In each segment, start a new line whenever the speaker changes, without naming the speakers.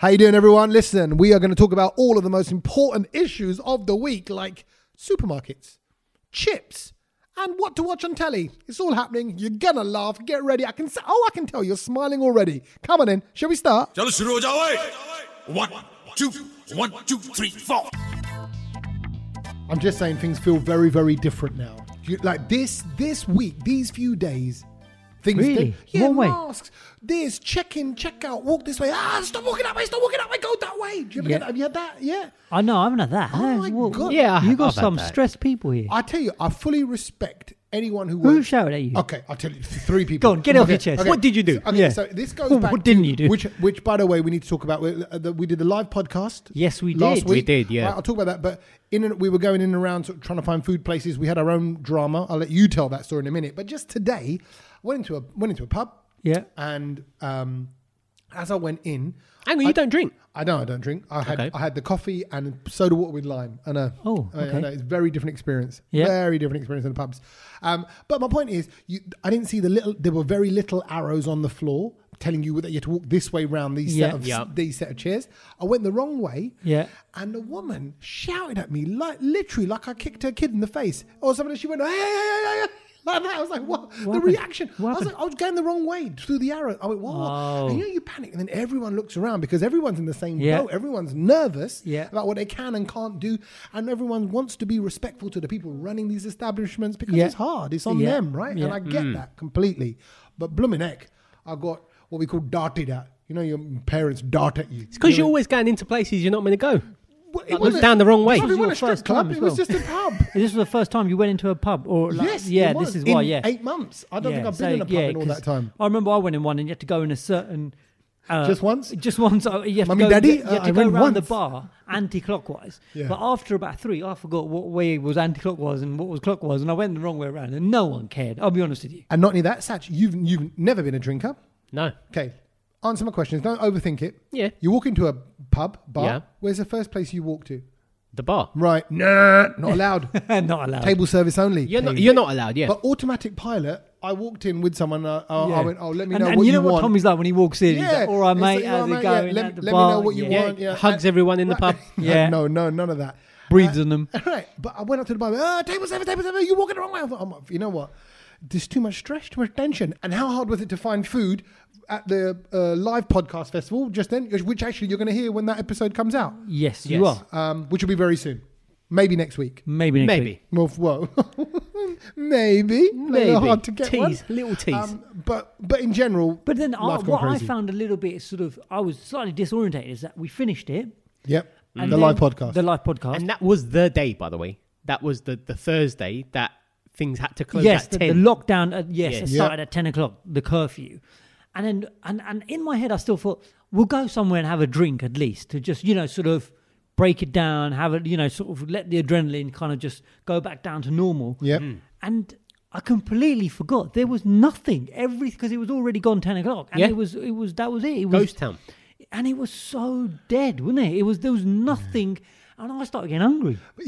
How you doing, everyone? Listen, we are going to talk about all of the most important issues of the week, like supermarkets, chips, and what to watch on telly. It's all happening. You're gonna laugh. Get ready. I can. s- Oh, I can tell you're smiling already. Come on in. Shall we start?
चलो शुरू हो जाओ ए! One, two, one, two, three, four.
I'm just saying things feel very, very different now. You- like this, this week, these few days, things.
Really?
yeah,
What way?
masks. This check in, check out, walk this way. Ah, stop walking that way. Stop walking that way. Go that way. Do you ever
Yeah.
get that? Have you had that? Yeah.
I know, I haven't had that.
Oh
Eh?
my God.
Yeah, I
you
have-
got
I've had
some
that.
stressed people here.
I tell you, I fully respect anyone who.
Who
works-
shouted at you?
Okay, I'll tell you. Three people.
Go on, get it off
Okay,
your chest.
okay.
What did you do?
So- okay,
Yeah.
so this goes
What
back.
didn't
to-
you do?
Which, which, by the way, we need to talk about. We, uh, the- we did the live podcast.
Yes, we
last
did.
Week.
We
did, yeah.
Right, I'll talk about that. But in and, we were going in and around sort of trying to find food places. We had our own drama. I'll let you tell that story in a minute. But just today, I went into a went into a pub.
Yeah.
And um, as I went in,
Hang on, you don't drink.
I don't. I don't drink. I had
Okay.
I had the coffee and soda water with lime. I know.
Oh,
I- I
okay.
know. It's a very different experience.
Yeah.
Very different experience in the pubs. Um, but my point is, you, I didn't see the little. There were very little arrows on the floor telling you that you had to walk this way round these set
Yeah.
of
Yeah.
these set of chairs. I went the wrong way.
Yeah.
And the woman shouted at me like literally like I kicked her kid in the face or something. and She went hey hey hey hey. hey," Like that. I was like, what? the
happened?
reaction.
What
I was
happened?
like, I was going the wrong way through the arrow. I went, what?
Oh.
And you know, you panic, and then everyone looks around because everyone's in the same
Yeah.
boat. Everyone's nervous
Yeah.
about what they can and can't do, and everyone wants to be respectful to the people running these establishments because
Yeah.
it's hard. It's on
Yeah.
them, right? And
Yeah.
I get that completely. But blooming heck, I got what we call darted at. You know, your parents dart at you.
It's because you're always going into places you're not meant to go.
Well, it
like,
wasn't-
look down the wrong way.
It wasn't
This is
even
your
a strip
first time
club.
as
It was
well.
just a pub.
this was the first time you went into a pub, or like,
yes. it
yeah,
was.
this is why,
In
yeah.
Eight months. I don't
Yeah,
think I've
so,
been in a pub
yeah,
in all
'cause
that time.
I remember I went in one and you had to go in a certain. Uh,
Just once?
Just once. Oh, you have
Mummy,
to go,
daddy,
You, you
uh,
have to
I
go
went
around the
once.
bar anti-clockwise.
Yeah.
But after about three, I forgot what way was anti-clockwise and what was clockwise, and I went the wrong way around, and no one cared. I'll be honest with you.
And not only that, Satch, you've you've never been a drinker.
No.
Okay, answer my questions. Don't overthink it.
Yeah.
You walk into a pub, bar.
Yeah.
Where's the first place you walk to?
The bar.
Right. Nah, not allowed.
Not allowed.
Table service only.
You're not,
Hey.
you're not allowed, yeah.
But automatic pilot, I walked in with someone. Uh, I- I
Yeah.
went, oh, let me
and,
know
and
what
you
you,
know what
want.
Tommy's like when he walks in.
Yeah,
He's like, all right,
it's
mate,
like, "All
how's
right,
it
mate, yeah,
going?
let-
at the
let me
bar,
know what you
yeah.
yeah.
want, yeah.
Hugs everyone in the pub.
Yeah.
No, no, none of that.
Breathes on them.
Right, but I went up to the bar. Ah, table seven, table seven. You walking the wrong way. I thought, oh, my- you know what? There's too much stress, too much tension. And how hard was it to find food at the uh, live podcast festival just then? Which actually you're going to hear when that episode comes out,
Yes, you
Yes.
are.
um, which will be very soon, maybe next week.
Maybe next
Maybe.
week.
Well, whoa, maybe, maybe
Maybe.
hard to get one. Um,
Tease, little tease.
but but in general,
But then I,
life gone
what I
crazy.
found a little bit sort of, I was slightly disorientated is that we finished it.
Yep, Mm.
and
the
then-
live podcast.
The live podcast.
And that was the day, by the way. That was the, the Thursday that things had to close
yes,
at
the,
10.
the lockdown, uh, yes,
Yeah.
it
Yeah.
started at 10 o'clock, the curfew. And then, and, and in my head, I still thought, we'll go somewhere and have a drink at least to just, you know, sort of break it down, have it, you know, sort of let the adrenaline kind of just go back down to normal.
Yep.
Hmm.
And I completely forgot. There was nothing. Every because it was already gone ten o'clock, and
Yeah.
it was it was that was it. it was,
Ghost town.
and it was so dead, wasn't it? It was there was nothing, and I started getting hungry.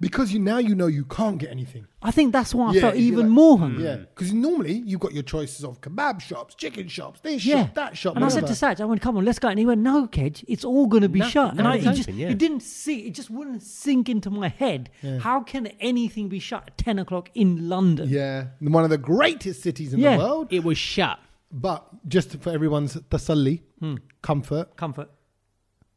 because you now you know you can't get anything.
I think that's why I felt
you'd be
even
like- Mm.
more
Hmm.
hungry.
Yeah, because normally you've got your choices of kebab shops, chicken shops, this
Yeah.
shop, that shop.
and I said to
whatever.
Satch, I went, come on, let's go. And he went, no, Kedge, it's all going to be
Nothing-
shut. And I, it,
nothing's
just,
open, yeah.
it didn't see, it just wouldn't sink into my head. How can anything be shut at 10 o'clock in London?
yeah, one of the greatest cities in
Yeah.
the world.
It was shut.
But just for everyone's tasalli, comfort,
Comfort.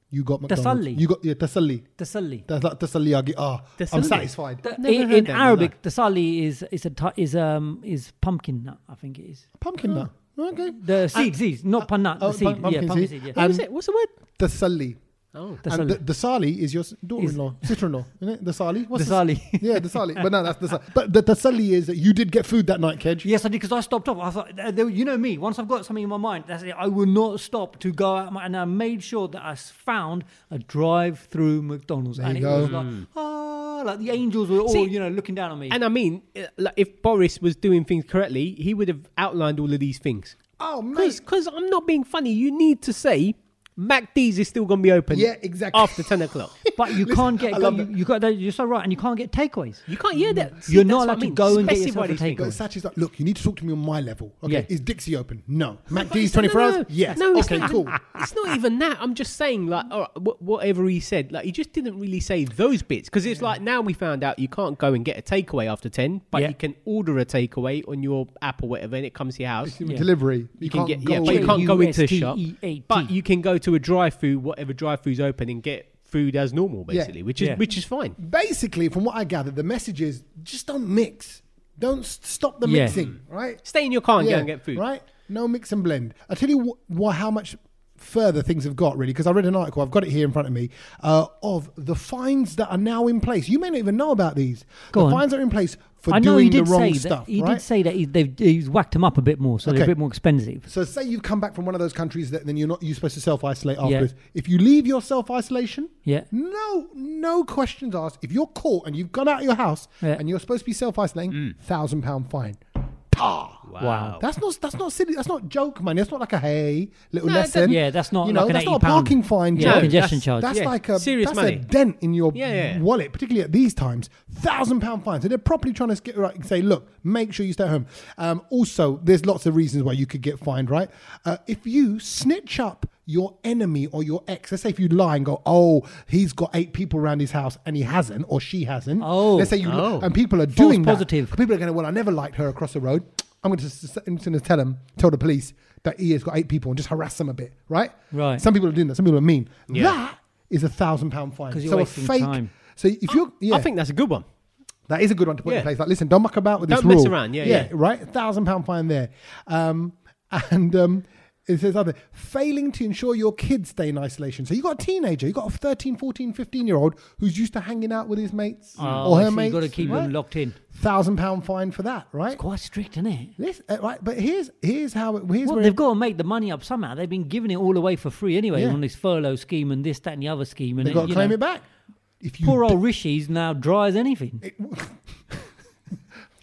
you got McDonald's.
Hmm. Tasalli?
You got yeah, tasalli.
Tasalli.
That's like tasalli. I get ah, I'm
Tasalli.
satisfied.
The-
Never
in
heard
in
that, no,
Arabic, the sali is is a tu- is um is pumpkin nut, I think it is.
Pumpkin nut. Okay.
Oh. The seed, seeds, not pan nut,
oh,
the seed.
pum- pumpkin
yeah, pumpkin
seed.
seed. yeah.
What
And-
was it? What's the word?
Tasalli.
Oh.
The
And
sali.
the, the sali is your s- daughter-in-law, sister-in-law, isn't it? The sali. What's
The
s-
sali.
yeah, the sali. But no, that's the sali. But the tasalli is that you did get food that night, Kedge.
Yes, I did because I stopped off. I thought, th- th- you know me. Once I've got something in my mind, that's it. I will not stop to go out. My, and I made sure that I s- found a drive-through McDonald's,
you
and it
go. Mm.
was like, ah, like the angels were all,
See,
you know, looking down on me.
And I mean, uh, like, if Boris was doing things correctly, he would have outlined all of these things.
Oh, mate.
Because I'm not being funny. You need to say MacD's is still going to be open.
Yeah, exactly.
After 10 o'clock.
But you can't get.
I
Go,
love
you,
that.
you got. that- You're so right, and you can't get takeaways.
You can't hear that. See,
You're
that's
not
what
allowed
I
to
mean.
go and get
Specify
yourself a
these things.
takeaway.
But Sachi's like, look, you need to talk to me on my level. Okay,
Yeah.
is Dixie open? No.
But
MacD's
it's- Oh, no, no,
24
no.
hours? Yes.
No, it's
okay,
not,
cool.
It's not even that. I'm just saying, like, all right, wh- whatever he said, like, he just didn't really say those bits because it's like now we found out you can't go and get a takeaway after ten, but
Yeah.
you can order a takeaway on your app or whatever, and it comes to your house. You,
Yeah.
Delivery. You,
can
can't
get,
go
yeah, but you
away.
can't go into a shop.
E
U-S-T-E-A-T.
But you can go to a drive-through, whatever drive-through's open, and get food as normal,
Yeah.
basically, which is
Yeah.
which is fine.
Basically, from what I gather, the message is just don't mix. Don't s- stop the
Yeah.
mixing, right?
Stay in your car and go and get food.
Right? No mix and blend. I'll tell you wh- wh- how much further things have got, really, because I read an article, I've got it here in front of me, uh, of the fines that are now in place. You may not even know about these.
Go
the
on.
fines are in place for
I know
doing
he did
the wrong
say
stuff,
that. He
right?
did say that he, they've he's whacked them up a bit more, so they're
Okay.
a bit more expensive.
so say you've come back from one of those countries that then you're not you're supposed to self isolate
Yeah.
afterwards. If you leave your self isolation,
Yeah.
no no questions asked. If you're caught and you've gone out of your house
Yeah.
and you're supposed to be self isolating,
Mm.
thousand pound fine. Pa!
Wow.
That's not that's not silly. That's not joke money. That's not like a hey little
No, it
lesson.
doesn't-
Yeah, that's not
you know
like an
that's not a
£80
parking fine.
Yeah,
joke.
congestion
that's-
charge.
That's
Yeah.
like a
Serious
that's
money.
a dent in your
Yeah, yeah.
wallet, particularly at these times. Thousand pound fine. So they're properly trying to get right and say, look, make sure you stay at home. Um, also, there's lots of reasons why you could get fined, right? Uh, if you snitch up your enemy or your ex, let's say if you lie and go, oh, he's got eight people around his house and he hasn't or she hasn't.
Oh.
let's say you
Oh.
and people are doing that.
positive.
People are going, to well, I never liked her across the road. I'm going to I'm just going to tell them, tell the police that he has got eight people and just harass them a bit, right?
Right.
Some people are doing that. Some people are mean. That is a thousand pound fine.
'Cause you're
so a
wasting
fake.
time.
So if you're, yeah,
I think that's a good one.
that is a good one to put
Yeah.
in place. Like, listen, don't muck about with this
Don't mess
rule.
around. Yeah, yeah.
right. Thousand pound fine there. Um, and um, it says other failing to ensure your kids stay in isolation. So you got a teenager, you got a 13, 14, 15 year old who's used to hanging out with his mates
Oh,
or
I
her
see,
mates.
you got to keep
right?
them locked in.
Thousand pound fine for that, right?
Quite strict, isn't it?
This, uh, right, but here's here's how it, here's
Well,
where
they've got to make the money up somehow. They've been giving it all away for free anyway
Yeah.
on this furlough scheme and this, that, and the other scheme. And
they've got to
you
claim
know,
it back. If you
Poor
d-
old Rishi's now dry as anything.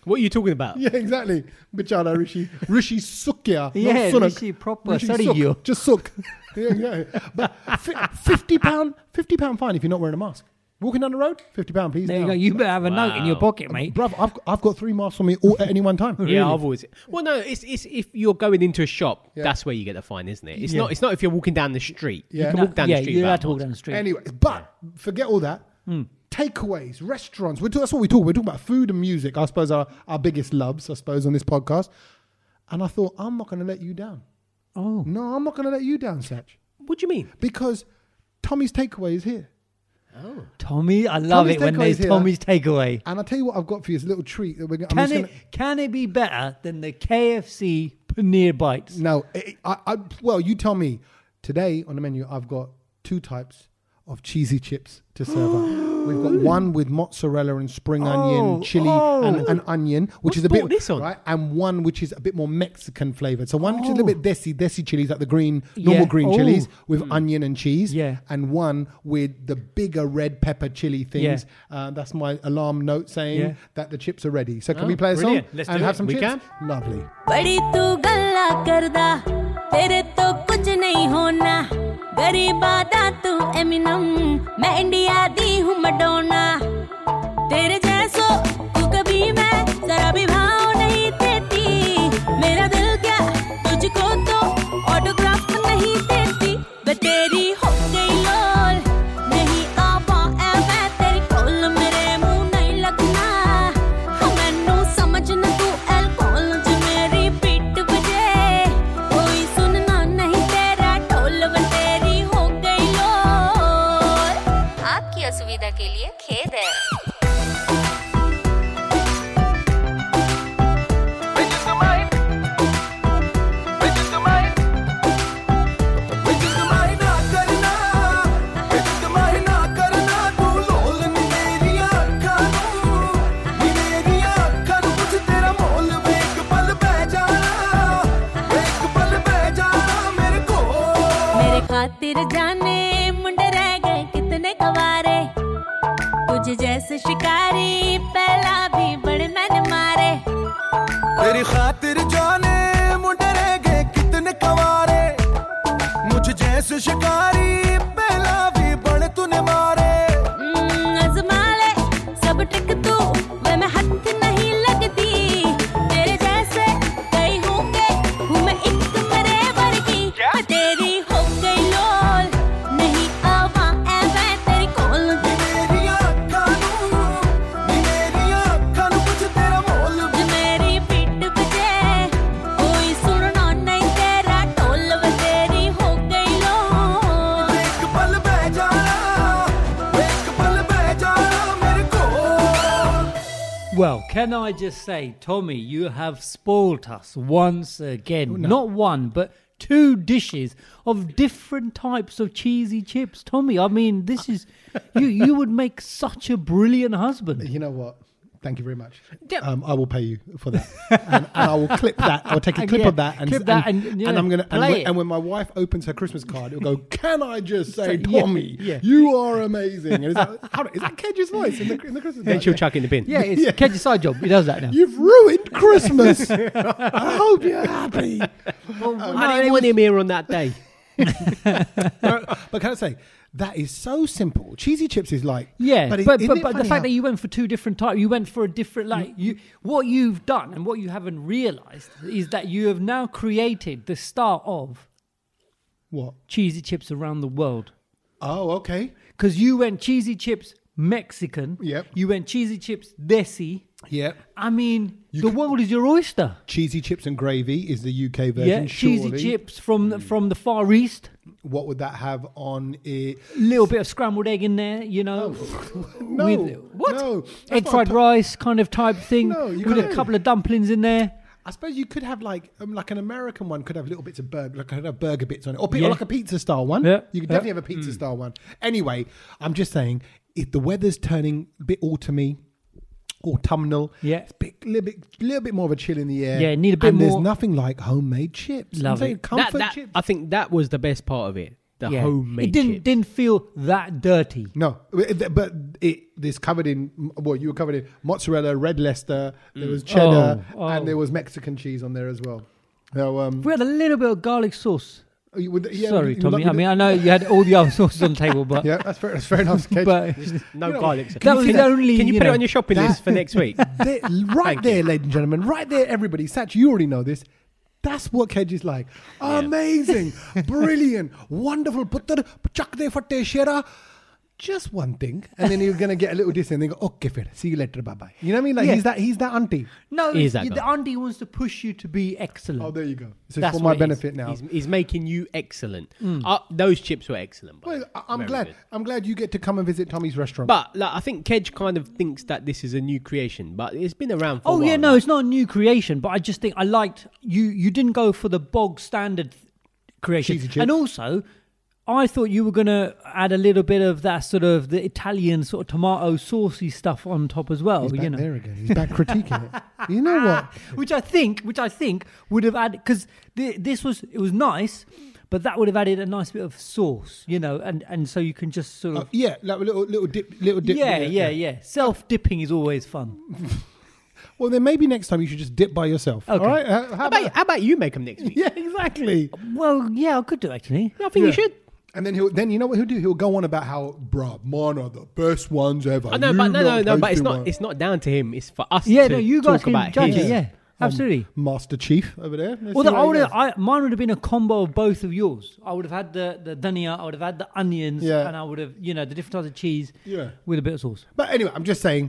What are you talking about?
Yeah, exactly. Bichara Rishi. Rishi Sukya.
Yeah,
not Sunak.
Rishi proper. Sorry,
Suk.
you.
Just Suk. yeah, exactly. But fi- 50 pound, 50 pound fine if you're not wearing a mask. Walking down the road, 50 pound, please.
There you
now.
go. You better have a note in your
Wow.
pocket, mate.
Bruv, I've, I've got three masks on me all at any one time.
Yeah, I've always. Well, no, it's, it's if you're going into a shop, that's where you get the fine, isn't it? It's
Yeah.
not. It's not if you're walking down the street.
Yeah.
You can
No,
walk down
yeah,
the street.
you're allowed
without
to walk
a
down
mask.
the street.
Anyways, but forget all that.
Hmm.
Takeaways, restaurants. We're talk- that's what we talk. We're talking about food and music. I suppose are our biggest loves. I suppose on this podcast. And I thought I'm not going to let you down.
Oh.
No, I'm not going to let you down, Satch,
What do you mean?
because Tommy's takeaway is here.
Tommy, I love
Tommy's
it when
takeaway's
there's
here.
Tommy's takeaway.
And I tell you what, I've got for you is a little treat that we're going.
Can
to
it can it be better than the KFC paneer bites?
No, I, eh, I, I, well, you tell me. Today on the menu, I've got two types of cheesy chips to serve up. We've got one with mozzarella and spring
Oh,
onion, chili,
oh.
and, and onion, which
What's
is a bit
brought this on?
right, and one which is a bit more Mexican flavored. So one which is
Oh.
a little bit desi, desi chilies, like the green, normal
Yeah.
green
Oh.
chilies with
Mm.
onion and cheese,
Yeah.
and one with the bigger red pepper chili things. Uh, that's my alarm note saying
Yeah.
that the chips are ready. So can we play a
Oh, brilliant.
song
Let's
and
do
have
it.
some
We
chips?
can.
Lovely.
बड़ी तू गल्ला करदा तेरे तो कुछ नहीं होना गरीबा दा तू एमिनम मैं इंडिया दी हूँ मडोना तेरे जैसो तू कभी मैं जरा भी भाव नहीं देती मेरा दिल क्या तुझको तो ऑटोग्राफ नहीं देती मैं तेरी हो गई लोल नहीं आ पाया मैं तेरी कोल मेरे मुंह नहीं लगना हाँ, मैनू समझ ना तू अल्कोहल च मेरी पिट बजे कोई सुनना नहीं तेरा ढोल बन तेरी हो गई लोल
आपकी असुविधा के लिए खेद है
मेरे खातिर जाने मुंडे रह गए कितने कवारे तुझे जैसे शिकारी पहला भी बड़े मैंने मारे
तेरी खातिर जाने मुंडे रह गए कितने कवारे मुझ जैसे शिकारी पहला भी बड़े तूने मारे
हम्म,
Well, can I just say, Tommy, you have spoilt us once again. Not one, but two dishes of different types of cheesy chips. Tommy, I mean, this is you. You would make such a brilliant husband.
You know what? Thank you very much. Um, I will pay you for that, and, and I will clip that. I will take a
And
clip
yeah,
of that, and
clip that and, yeah,
I'm gonna. And
play
when,
it.
and when my wife opens her Christmas card, it'll go. Can I just say,
yeah,
Tommy,
yeah.
you are amazing? And is that, how, is that Kedge's voice in the, in the Christmas?
Then
card?
she'll chuck it in the bin.
Yeah, it's
Yeah.
catch a side job. He does that now.
You've ruined Christmas. I hope you're happy.
Um,
I didn't want him here on that day.
but, but can I say that is so simple? Cheesy chips is like
Yeah, but
it-
but,
isn't it
but, the
funny
fact
how- Mm.
that you went for two different types, you went for a different like you. What you've done and what you haven't realised is that you have now created the start of
what?
cheesy chips around the world.
Oh, okay.
Because you went cheesy chips Mexican.
Yep.
You went cheesy chips desi.
Yeah,
I mean,
You
the
c-
world is your oyster.
cheesy chips and gravy is the UK version.
Yeah, cheesy
surely. Mm.
chips from the, from the Far East.
What would that have on it?
Little bit of scrambled egg in there, you know.
Oh. No,
with- what?
No, That's
Egg
what
fried
I put-
rice kind of type thing
No, you
with a
can't.
couple of dumplings in there.
I suppose you could have like um, like an American one could have little bits of burger, like could have burger bits on it, or, pi- or
Yeah.
like a pizza style one.
Yeah,
You could
yeah.
definitely have a pizza style one. Anyway, I'm just saying, if the weather's turning a bit autumny, autumnal,
Yeah.
it's a bit, little bit, little bit more of a chill in the air.
Yeah, need a bit
and
more-
There's nothing like homemade chips. I'm
Love
saying
it. That-
Comfort
that,
chips.
I think that was the best part of it. The
Yeah.
homemade.
It didn't
chips.
didn't feel that dirty.
No, but it this covered in well, you were covered in mozzarella, red Leicester, there was cheddar,
Oh, oh.
and there was Mexican cheese on there as well. So, um,
We had a little bit of garlic sauce.
you would- yeah,
Sorry,
you
Tommy.
like-
I mean, I know you had all the other sauces on the table, but
yeah, that's fair, that's fair enough. Kedge.
but
no
you know,
garlic.
that was
Can you
the
put it-
only.
Can you,
you
put
know,
it on your shopping
that-
list for next week?
There- right there, ladies and gentlemen, right there, everybody. Satch, you already know this. That's what Kedge is like. Amazing, brilliant, wonderful. Puttar, chak de fatte shera. Just one thing, and then you're gonna get a little this, and they go, "Okay, fair. See you later. Bye bye." You know what I mean? Like
Yeah.
he's that he's that auntie.
No,
Is that
you- the
guy?
auntie wants to push you to be excellent.
Oh, there you go. So
That's
it's for my
what it Mm. is.
benefit now.
He's, he's making you excellent. Uh, those chips were excellent. by
Well,
the way.
I- I'm
Very
glad.
good.
I'm glad you get to come and visit Tommy's restaurant.
But like, I think Kedge kind of thinks that this is a new creation, but it's been around for a
Oh
while.
yeah, no,
now.
it's not a new creation, but I just think I liked you. You didn't go for the bog standard creation,
Cheesy chips.
and also I thought you were gonna add a little bit of that sort of the Italian sort of tomato saucy stuff on top as well.
he's back
you know,
there again. He's back critiquing it. You know what?
which I think, which I think would have added because th- this was it was nice, but that would have added a nice bit of sauce, you know, and and so you can just sort of.
Oh, yeah, like a little little dip, little dip.
yeah, yeah, yeah. Self dipping is always fun.
Well, then maybe next time you should just dip by yourself.
Okay.
All right. Uh, how
How
about-
about, how about you make them next week?
yeah, exactly.
Well, yeah, I could do actually.
I think you should.
And then he'll then you know what he'll do? He'll go on about how bruh, mine are the best ones ever.
I know,
You
but Oh, no, no,
lot
no. But it's
posted
not.
one."
It's not down to him. It's for us.
Yeah,
to
no, you guys
talk
can
about
judge
his.
it. Yeah,
Um,
absolutely.
Master Chief over there. Let's
Well,
see
the, I
what
would
he
have,
does.
I, mine would have been a combo of both of yours. I would have had the the dhania, I would have had the onions,
Yeah.
and I would have you know the different types of cheese
Yeah.
with a bit of sauce.
But anyway, I'm just saying,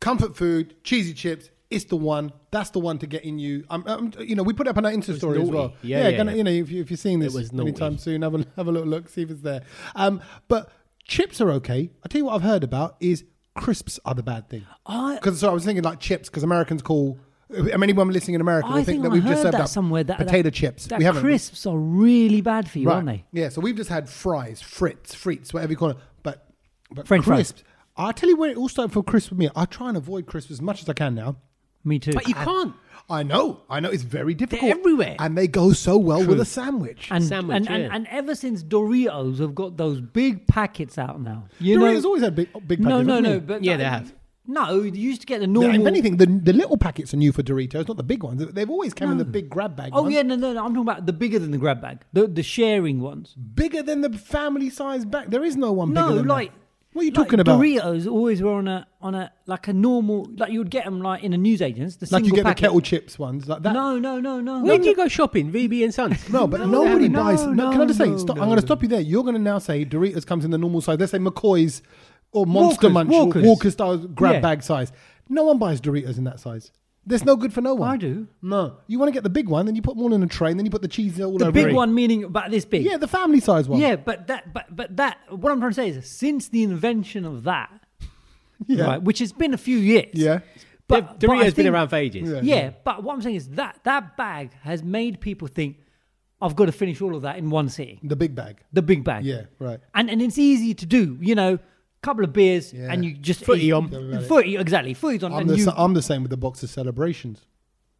comfort food, cheesy chips. It's the one. That's the one to get in you. I'm, I'm, you know, we put it up on our Insta story as
naughty.
well.
Yeah, yeah,
gonna,
yeah.
you know, if, you- if you're seeing this
was naughty.
anytime soon, have a have a little look, see if it's there. Um, but chips are okay. I tell you what, I've heard about is crisps are the bad thing.
I-
Because so I was thinking like chips because Americans call. I mean, anyone listening in America
I
will
think,
think that
I
we've
heard
just served
that
up
somewhere that
potato
that-
chips.
That
we haven't.
crisps are really bad for you,
Right.
aren't they?
Yeah, so we've just had fries, frits, frites, whatever you call it, but but
French fries.
crisps. I tell you where it all started for crisps with me. I try and avoid crisps as much as I can now.
Me too.
But you can't.
I know, I know, it's very difficult.
everywhere.
and they go so well with a sandwich.
and,
Sandwich,
and, and,
yeah.
and ever since Doritos have got those big packets out now, you know,
Doritos always had big, big packets.
no, no,
haven't
no,
they?
but
Yeah, they have.
No, you used to get the
Yeah,
normal.
if anything, the, the little packets are new for Doritos, not the big ones. They've always come in the big grab bag.
Oh
ones.
yeah, no, no, no, I'm talking about the bigger than the grab bag, the the sharing ones.
bigger than the family size bag. There is no one.
No,
bigger than that.
like
what are you
like
talking about?
Doritos always were on a on a like a normal like you would get them like in a newsagent's. The
like you
single
get
packet.
the kettle chips ones, like that.
No, no, no, no.
Where
no.
do you go shopping? VB and Sons.
No, but nobody
no,
buys. No,
no,
can I just say?
no,
stop,
no,
I'm going
no.
to stop you there. You're going to now say Doritos comes in the normal size. Let's say McCoy's or Monster
Walkers,
Munch,
Walkers.
Walker, Walker style grab
Yeah.
bag size. No one buys Doritos in that size. There's no good for no one.
I do.
No, you want to get the big one, then you put them all in a tray, and then you put the cheese all
The
over
big
it.
one meaning about this big.
Yeah, the family size one.
yeah, but that, but but that. What I'm trying to say is, since the invention of that,
yeah.
right, which has been a few years,
Yeah.
But,
Dor-
but I
Doritos been
think-
around for ages.
Yeah.
Yeah, but what I'm saying is that that bag has made people think I've got to finish all of that in one sitting.
The big bag.
The big bag.
Yeah, right.
And and it's easy to do. You know, couple of beers
Yeah.
and you just
Footy
eat.
on.
Don't worry.
Footy exactly. Footy on.
I'm
and
the,
you,
sa- I'm the same with the box of celebrations.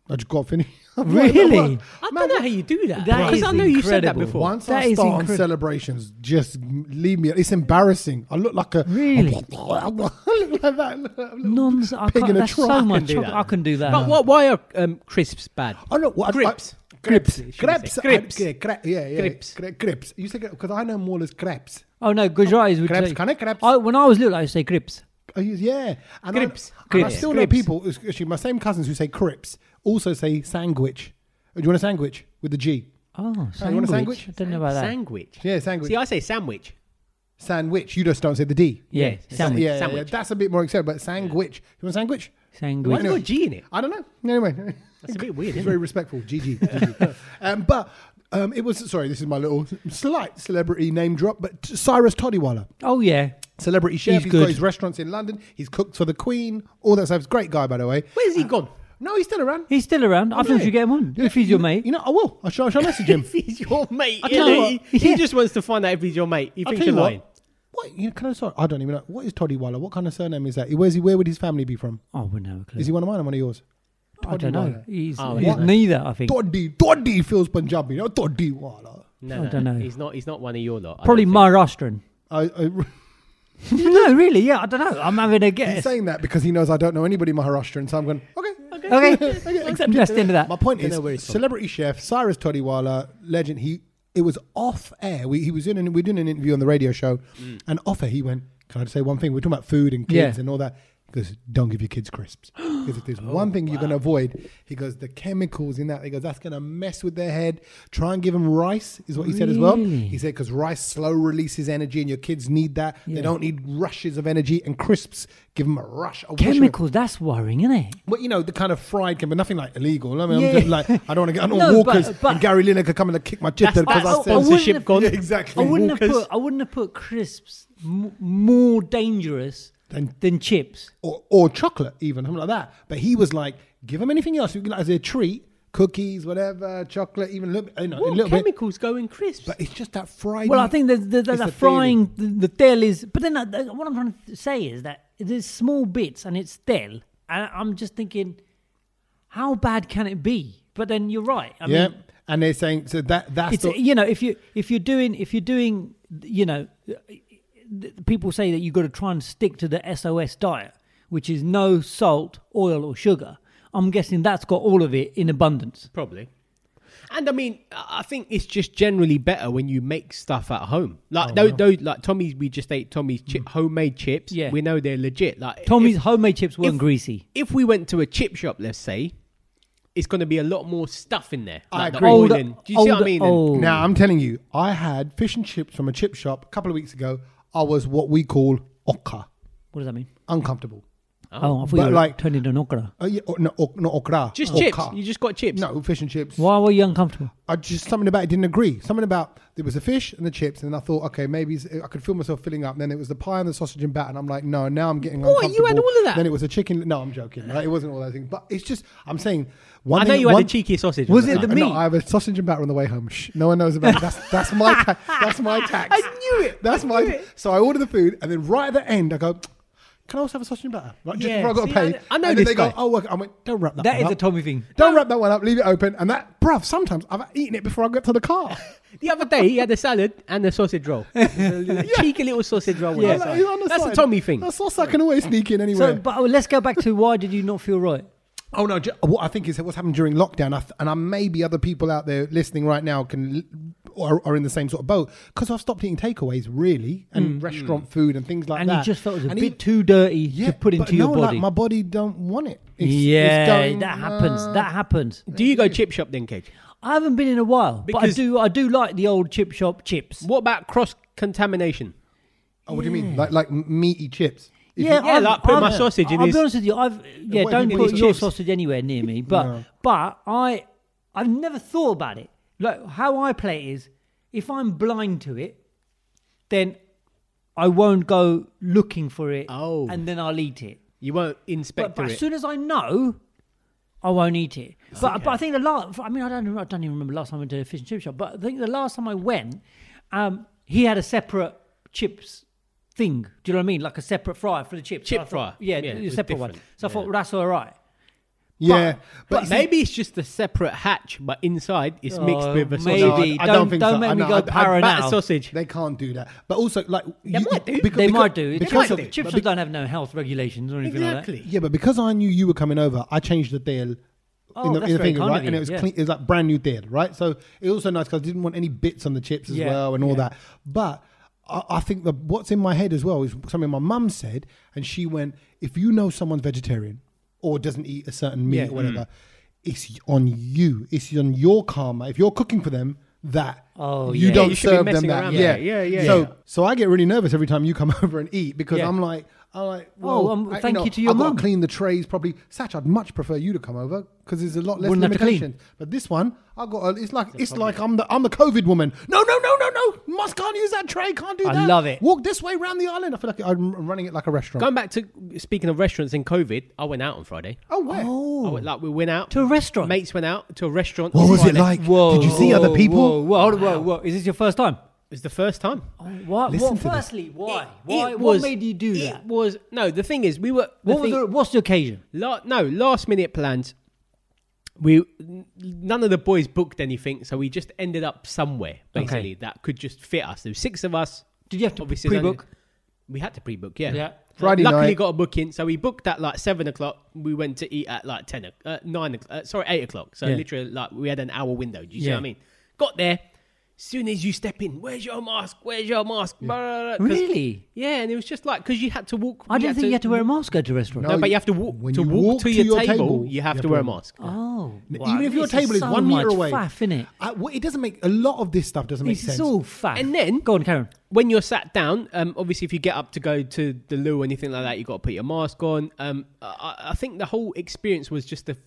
I just got finished.
Really?
I don't know how you do that.
That
Because
is
I know you said that
incredible.
before.
Once
That
I
is
start on
incredible.
celebrations, just leave me. It's embarrassing. I look like a
Really?
I look like that.
Nonsense. I
Pig
can't,
in a
that's
truck.
so
I can
much.
do
chocolate.
that.
I can do that.
But what, why are um, crisps bad?
Oh no! What,
Grips.
I, grips,
Grips,
grips,
should we say.
I- yeah, cra- yeah, yeah,
Grips.
Gri- grips. You say because I know them all as crepes.
Oh no, Gujaratis would
Crepes,
say.
can I crepes?
I, Oh, when I was little, I used to say grips.
I use- Yeah, and I-
Grips,
and I,
grips,
still
grips.
know people. Actually, my same cousins who say crips also say sandwich. Do you want a sandwich with the G?
Oh, sandwich.
you want a sandwich?
I don't know about that.
Sandwich.
Yeah, sandwich.
See, I say sandwich.
Sandwich. You just don't say the D.
yeah,
Yeah,
sandwich.
yeah, yeah,
Sandwich.
yeah, that's a bit more acceptable. But sandwich. You want a sandwich?
Sandwich.
Why's it got G in it?
I don't know. Anyway,
That's a bit weird,
It's
isn't
very
it?
respectful. GG. GG. um, but um, it was sorry. This is my little slight celebrity name drop. But Cyrus Toddywaller,
Oh yeah.
celebrity chef.
He's
he's got
good.
his restaurants in London. He's cooked for the Queen. All that stuff. Great guy, by the way.
Where's he gone?
No, he's still around.
He's still around. I thought
Oh, yeah.
you get him on. If he's your mate.
You know, I will. I shall, I shall message him.
He's your mate.
I tell
innit?
you what,
he, he
yeah.
just wants to find out if he's your mate. He
I
thinks you're lying.
what. What you know, can I sorry? I don't even know. What is Toddywaller? What kind of surname is that? Where's he? Where would his family be from?
Oh, I wouldn't have a clue.
Is he one of mine or one of yours?
I don't know.
Toddywaller.
He's,
Oh,
he's
yeah.
neither. I think.
Toddy, Toddy feels Punjabi. You know, Toddywaller.
No,
I
no,
don't know.
He's not. He's not one of your lot. I
Probably
don't
Maharashtrian.
I, I,
no, really. Yeah, I don't know. I'm having a
He's
guess.
saying that because he knows I don't know anybody in Maharashtra, and so I'm going, okay.
Okay. Except that's the end of that.
My point
know where
is,
he's from.
celebrity chef Cyrus Toddywiler, legend. He it was off air. We, he was in an, we were doing an interview on the radio show, and off air he went, "Can I just say one thing? We're talking about food and kids
Yeah.
and all that." He goes, "Don't give your kids crisps because if there's one thing you're going to avoid, he goes, the chemicals in that. He goes, that's going to mess with their head. Try and give them rice, is what he said as well.
Really?
He said because rice slow releases energy, and your kids need that. They
Yeah.
don't need rushes of energy, and crisps give them a rush. a whoosh of it.
Chemicals. That's worrying, isn't it?
Well, you know, the kind of fried can be nothing like illegal. I mean, I'm
Yeah.
just like, I don't want to get, I don't
No,
want
but-
Walkers
but-
and Gary Lineker coming to kick my jitter because
I-
I,
I-
said,
I wouldn't
Sponsorship
have-
gone.
Yeah, exactly.
I wouldn't have
Walkers
put. I wouldn't have put crisps m- more dangerous
Than-
than, chips.
or, or chocolate, even, something like that. But he was like, give them anything else you can, like, as a treat, cookies, whatever, chocolate, even a little, you know,
Know.
a
What
little bit.
chemicals go in crisps?
But it's just that fried.
Well, I think there's, there's,
It's
there's a
the feeling.
frying. The, the tell is, but then I, what I'm trying to say is that there's small bits and it's tell, and I'm just thinking, how bad can it be? But then you're right. I
yeah.
mean,
and they're saying, so that that's
it's
the-
you know if you if you're doing if you're doing you know th- people say that you've got to try and stick to the SOS diet which is no salt oil or sugar I'm guessing that's got all of it in abundance
Probably. And I mean, I I think it's just generally better when you make stuff at home.
Oh,
Like those, those, like Tommy's. We just ate Tommy's chi- homemade chips.
Mm. Yeah.
we know they're legit. Like
Tommy's
If,
homemade chips weren't
if-
greasy
if we went to a chip shop, let's say, it's going to be a lot more stuff in there. Like the
agree.
oil
Older-
and- do you see what I
older-
mean? And-
oh.
Now I'm telling you, I had fish and chips from a chip shop a couple of weeks ago. I was what we call okka,
what does that mean
uncomfortable.
oh, I thought
But
you were
like-
like turning an okra
Uh, yeah, or, no, ok, not okra.
Just
okka.
chips. You just got chips.
Oh, No, fish and chips.
why were you uncomfortable
I just something about it didn't agree. Something about there was a fish and the chips, and I thought, okay, maybe it's- I could feel myself filling up. And then it was the pie and the sausage and batter, and I'm like, no, now I'm getting
What? You
uncomfortable.
had all of that?
Then it was a chicken. No, I'm joking. Like, it wasn't all those things, but it's just I'm saying. One
I know
thing-
you had
one-
the cheeky sausage.
Was
on
it
that.
the-
No,
meat.
I have a sausage and batter on the way home. Shh, no one knows about it. That's that's my ta- that's my tax.
I knew it.
That's
I
my.
knew it.
So I order the food, and then right at the end, I go. Can I also have a sausage and batter? Right, just
Yeah,
before I got to
see,
pay.
I- I know
and
this
then they
guy.
go, oh, okay. I went, don't wrap that
that
one
is a
up.
Tommy thing
Don't wrap that one up. Leave it open. And that, bruv, sometimes I've eaten it before I got to the car.
The other day, he had a salad and a sausage roll. A cheeky little sausage roll. on
Yeah.
the side.
He's on the
That's
side.
a Tommy thing.
That's sauce I can always sneak in
so
anywhere.
but oh, let's go back to why did you not feel right
oh no, ju- what I think is what's happened during lockdown, I th- and I maybe other people out there listening right now can l- are, are in the same sort of boat because I've stopped eating takeaways really and restaurant food and things like
and
that.
you just felt it was a
And
bit
e-
too dirty
yeah,
to put
but
into
no,
your body
Like, my body don't want it. It's, it's
yeah
going,
that happens
uh,
that happens
Do you go chip shop then, Cage?
I haven't been in a while, but I
Because-
do. I do like the old chip shop chips.
What about cross contamination?
Oh, what do you mean? Like like meaty chips? If you-
Yeah, like put my sausage in
I'll
his-
be honest with you. I've yeah,
What,
don't
in
put
his
your
chips?
sausage anywhere near me. But but I I've never thought about it. Like how I play it is, if I'm blind to it, then I won't go looking for it.
Oh.
and then I'll eat it.
You won't
but,
inspect
but
it.
as soon as I know, I won't eat it. But, but I think the last, I mean, I don't, remember- I don't even remember last time I went to a fish and chip shop, but I think the last time I went, um, he had a separate chips thing. Do you know what I mean? Like a separate fryer for the chips.
Chip
And I thought-
fryer.
Yeah,
Yeah, it
a
was
separate one.
different.
So I thought,
Yeah.
well, that's all right.
Yeah, but,
but maybe it's just a separate hatch, but inside it's mixed
Oh,
with a
maybe.
sausage.
Don't- don't make me
know,
go para
but
Batter
now.
sausage.
They can't do that. But also, like, you-
might do.
because-
they
because-
might do. They
because
might
of-
do. Chips
but be-
don't have no health regulations or anything like
Yeah, but because I knew you were coming over, I changed the deal.
Oh,
in the,
that's
in the
very
thing,
kind of
right? And
you,
it was
yeah.
clean. It was like brand new deal, right? So it was also nice because I didn't want any bits on the chips as
Yeah,
well and all
yeah.
that. But I, I think the, what's in my head as well is something my mum said, and she went, "If you know someone's vegetarian or doesn't eat a certain meat
Yeah. Mm.
or whatever, it's on you. It's on your karma. If you're cooking for them, that."
Oh,
you
yeah.
don't
You should be
serve them
messing
that.
around
Yeah.
with it. Yeah, yeah,
So,
yeah.
so I get really nervous every time you come over and eat because
Yeah.
I'm like, I'm like, well,
um,
I-
thank
know,
you to your
I've gotta
mum.
clean the trays properly. Satch, I'd much prefer you to come over because there's a lot less
Wouldn't have to clean.
limitations. But this one, I got. A, it's like it's like I'm the I'm the COVID woman. No, no, no, no, no. Must can't use that tray. Can't do
I
that.
love it.
Walk this way round the island. I feel like I'm running it like a restaurant.
Going back to speaking of restaurants in COVID, I went out on Friday.
oh, where?
I went, like we went out
To a restaurant?
Mates went out to a restaurant.
What
on
was it
Friday.
that.
like? Did you see other
Whoa,
people?
whoa, hold on, whoa, whoa. Is this your first time?
It was the first time.
Why?
Listen
What,
to this.
firstly, why? why?
It
what
was-
made you do
it
that?
Was no. The thing is, we were. the
What was
thing-
the, what's the occasion?
La- no, last minute plans. We n- none of the boys booked anything, so we just ended up somewhere basically that could just fit us. There were six of us.
Did you have to
Obviously,
pre-book?
there's only- We had to pre-book, yeah.
Yeah.
Friday
Luckily,
night.
got a booking, so we booked at like seven o'clock. We went to eat at like ten, o- uh, nine, o'clock, uh, sorry, eight o'clock. So
Yeah.
literally, like we had an hour window. Do you see
Yeah.
what I mean? Got there. Soon as you step in, where's your mask? Where's your mask? Blah, blah, blah, 'cause-
Really?
Yeah, and it was just like because you had to walk.
I didn't think you had to wear a mask to go to a restaurant.
No,
No,
you-
but Oh, you have to walk
when
to
you
walk, to your, table, You have to wear a
it.
mask.
Oh,
Even if your table is one meter away,
faff, innit?
I- well, it doesn't make a lot of this stuff doesn't make
It's
sense.
all faff.
And then-
go on, Karen.
When you're sat down, um, obviously, if you get up to go to the loo or anything like that, you got to put your mask on. Um, I, I think the whole experience was just the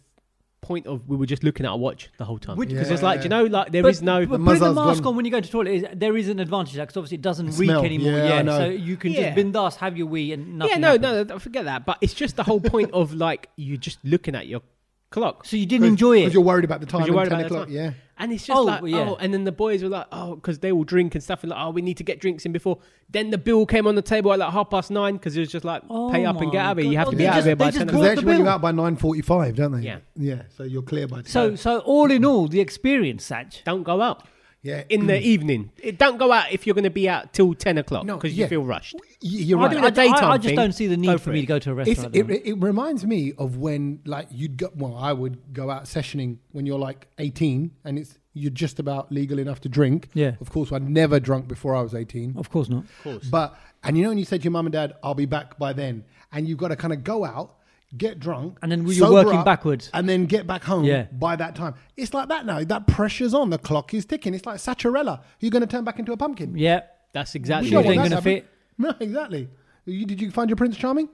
point of we were just looking at a watch the whole time because it's like do you know, like there is no.
but putting the
muzzle's
mask
gone.
on when you go to the toilet. Is, there is an advantage to that because obviously it doesn't
smell.
reek anymore.
Yeah, I know.
so you can
Yeah.
just bindas have your wee and nothing.
yeah, no,
happens.
no, no, forget that. But it's just the whole point of like you just looking at your clock.
So you didn't enjoy
because
it.
you're worried about the time.
Because you're
and
worried
10
about the
o'clock,
time.
Yeah.
And it's just
Oh,
like,
yeah.
oh, and then the boys were like, oh, because they all drink and stuff, and like, oh, we need to get drinks in before. Then the bill came on the table at like half past nine because it was just like,
Oh
pay up and get
my
out of here. You
God.
have to
Oh,
be
they
out of
just-
here by
they just
ten.
Because
brought
they
the
actually bring you
bill.
out by nine forty-five, don't they?
Yeah.
yeah. So you're clear by. 10.
So, so all in all, the experience, Satch.
Don't go out
yeah, Mm.
in the evening. It, don't go out if you're going to be out till ten o'clock
No,
because
yeah.
you feel rushed.
Y- You're
I
right.
don't-
Doing a
I,
daytime
I, I just
thing,
don't see the need
go
for
for
me
it.
to go to a
It's,
restaurant. at the
it,
moment.
it reminds me of when like you'd go well I would go out sessioning when you're like 18 and it's you're just about legal enough to drink
Yeah.
of course I never drunk before I was 18
of course not.
but and you know when you said to your mum and dad I'll be back by then and you've got to kind of go out get drunk
And then you're
sober
working
up,
backwards.
and then get back home
Yeah.
by that time it's like that now that pressure's on the clock is ticking it's like Saturella you're going to turn back into a pumpkin
Yeah.
That's
We
exactly.
don't
Shoes
what
want
ain't
that
gonna
to happen.
fit.
no exactly you, did you find your Prince Charming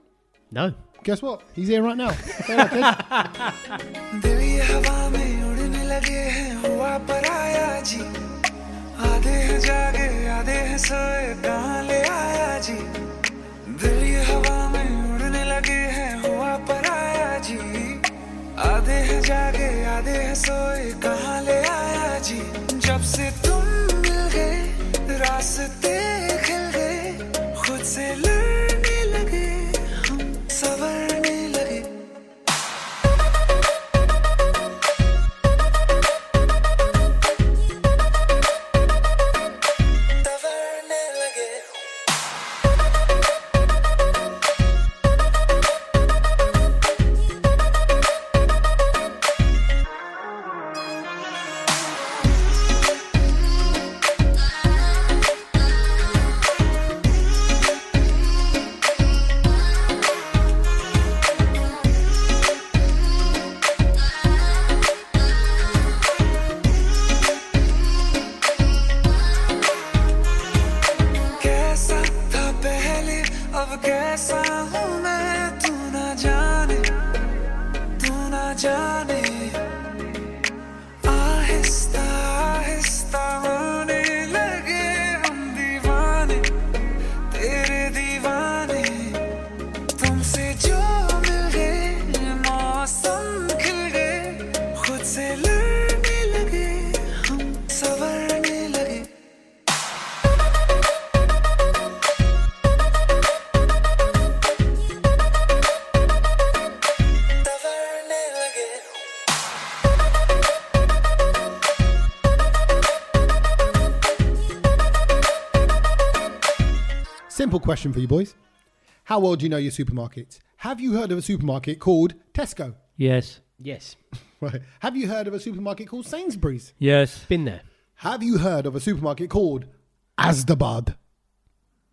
No.
guess what he's here right now
दिल ये हवा में उड़ने लगे हैं हुआ पराया जी आधे हैं जागे आधे हैं सोए कहाँ ले आया जी दिल ये हवा में उड़ने लगे हैं हुआ पराया जी आधे हैं जागे आधे हैं सोए कहाँ ले आया जी जब से तुम मिल गए रास्ते खिल गए खुद से लड़ने लगे हम सवरने लगे सवरने लगे कैसा था पहले अब कैसा हूँ मैं तू ना जाने तू ना जाने आहिस्ता आहिस्ता होने लगे हम दीवाने तेरे दीवाने तुमसे जो
Simple question for you boys. How well do you know your supermarkets? Have you heard of a supermarket called Tesco?
Yes.
Yes.
Right. Have you heard of a supermarket called Sainsbury's?
Yes.
Been there.
Have you heard of a supermarket called Asdabad?